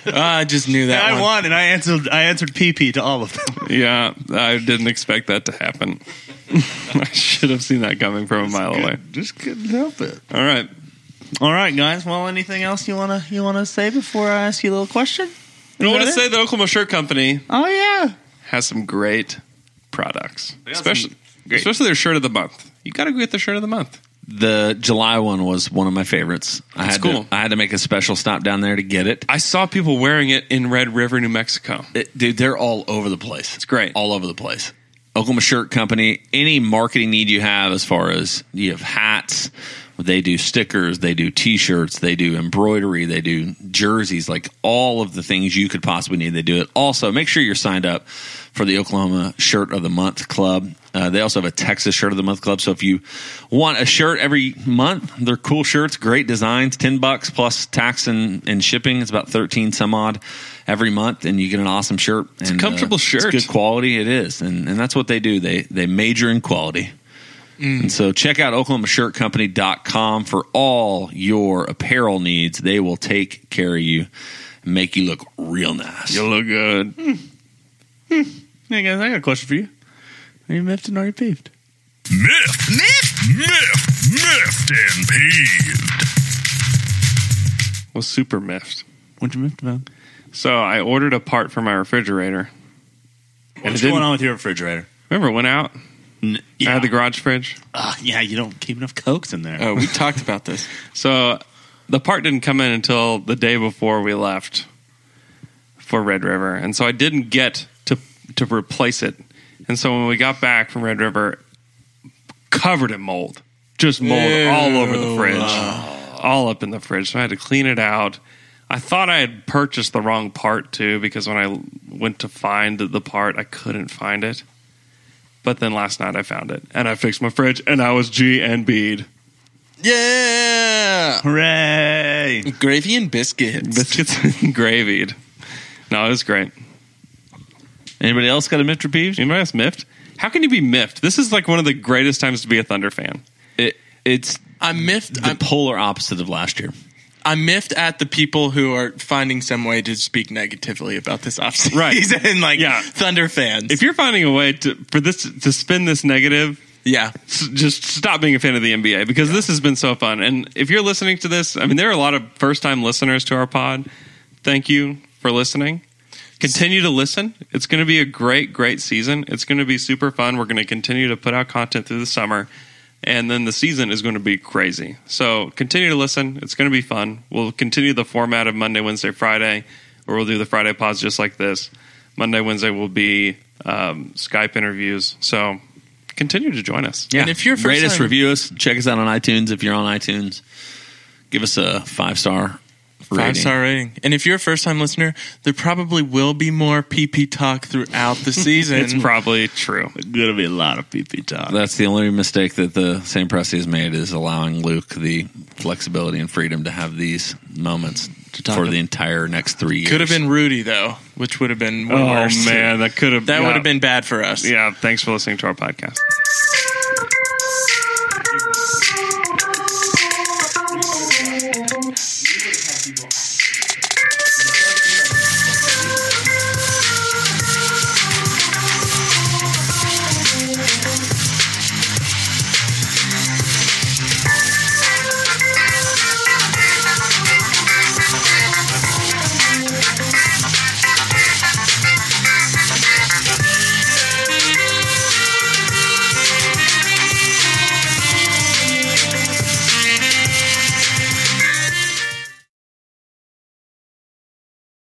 C: Uh, I just knew that
G: I
C: one.
G: won, and I answered. I answered PP to all of them.
E: Yeah, I didn't expect that to happen. I should have seen that coming from a mile away.
G: Just couldn't help it.
E: All right.
G: All right, guys. Well, anything else you wanna you wanna say before I ask you a little question?
E: I want to
G: that
E: say the Oklahoma Shirt Company
G: Oh yeah.
E: has some great products,
F: got
E: especially especially their shirt of the month. You got to go get the shirt of the month.
F: The July one was one of my favorites. I
E: That's
F: had
E: cool.
F: to, I had to make a special stop down there to get it.
E: I saw people wearing it in Red River, New Mexico.
F: It- dude, they're all over the place. It's
E: great.
F: All over the place. Oklahoma Shirt Company, any marketing need you have as far as you have hats, they do stickers, they do t shirts, they do embroidery, they do jerseys, like all of the things you could possibly need, they do it. Also, make sure you're signed up for the Oklahoma Shirt of the Month Club. Uh, they also have a Texas Shirt of the Month Club. So if you want a shirt every month, they're cool shirts, great designs, 10 bucks plus tax and, and shipping. It's about 13 some odd every month, and you get an awesome shirt. It's and,
E: comfortable shirt.
F: It's good quality. It is, and and that's what they do. They they major in quality. And so check out oklahomashirtcompany.com for all your apparel needs. They will take care of you and make you look real nice.
E: You look good.
G: Hey guys, I got a question for you. Are you miffed and are you peeved?
B: Myth. Myth. Myth. Miffed and peeved.
E: Was super miffed.
G: What you miffed about?
E: So I ordered a part for my refrigerator. And it
G: What's
E: didn't-
G: going on with your refrigerator?
E: Remember, it went out.
G: N-
E: I
G: yeah,
E: had the garage fridge.
G: Ah, yeah, you don't keep enough cokes in there.
C: Oh, we talked about this.
E: So the part didn't come in until the day before we left for Red River, and so I didn't get to to replace it. And so when we got back from Red River, covered in mold, just mold all over the fridge, all up in the fridge. So I had to clean it out. I thought I had purchased the wrong part too, because when I went to find the part, I couldn't find it. But then last night I found it, and I fixed my fridge, and I was G and B'd.
C: Yeah,
G: Hooray!
C: gravy and biscuits.
E: biscuits and gravied. No, it was great.
F: Anybody else got a Mr. Peeves?
E: Anybody else miffed? How can you be miffed? This is like one of the greatest times to be a Thunder fan.
F: It, it's
C: I miffed.
F: the
C: I,
F: polar opposite of last year.
C: I miffed at the people who are finding some way to speak negatively about this offseason.
E: Right.
C: and like
E: Yeah.
C: Thunder fans.
E: If you're finding a way to for this to spin this negative,
C: yeah,
E: s- just stop being a fan of the NBA because this has been so fun. And if you're listening to this, I mean, there are a lot of first time listeners to our pod. Thank you for listening. Continue to listen. It's going to be a great, great season. It's going to be super fun. We're going to continue to put out content through the summer. And then the season is going to be crazy. So continue to listen. It's going to be fun. We'll continue the format of Monday, Wednesday, Friday, or we'll do the Friday pods just like this. Monday, Wednesday will be um, Skype interviews. So continue to join us.
F: Yeah.
C: And if you're a
F: rate us,
C: first-time-
F: review us, check us out on iTunes. If you're on iTunes, give us a five star rating.
C: five star rating. And if you're a first time listener, there probably will be more PP talk throughout the season.
E: It's probably true.
G: Gonna be a lot of PP talk.
F: That's the only mistake that the St. Presti has made is allowing Luke the flexibility and freedom to have these moments for the entire next three years.
C: could have been Rudy though, which would have been way
E: Oh
C: worse.
E: man, that could have
C: That would have been bad for us.
E: Yeah, thanks for listening to our podcast.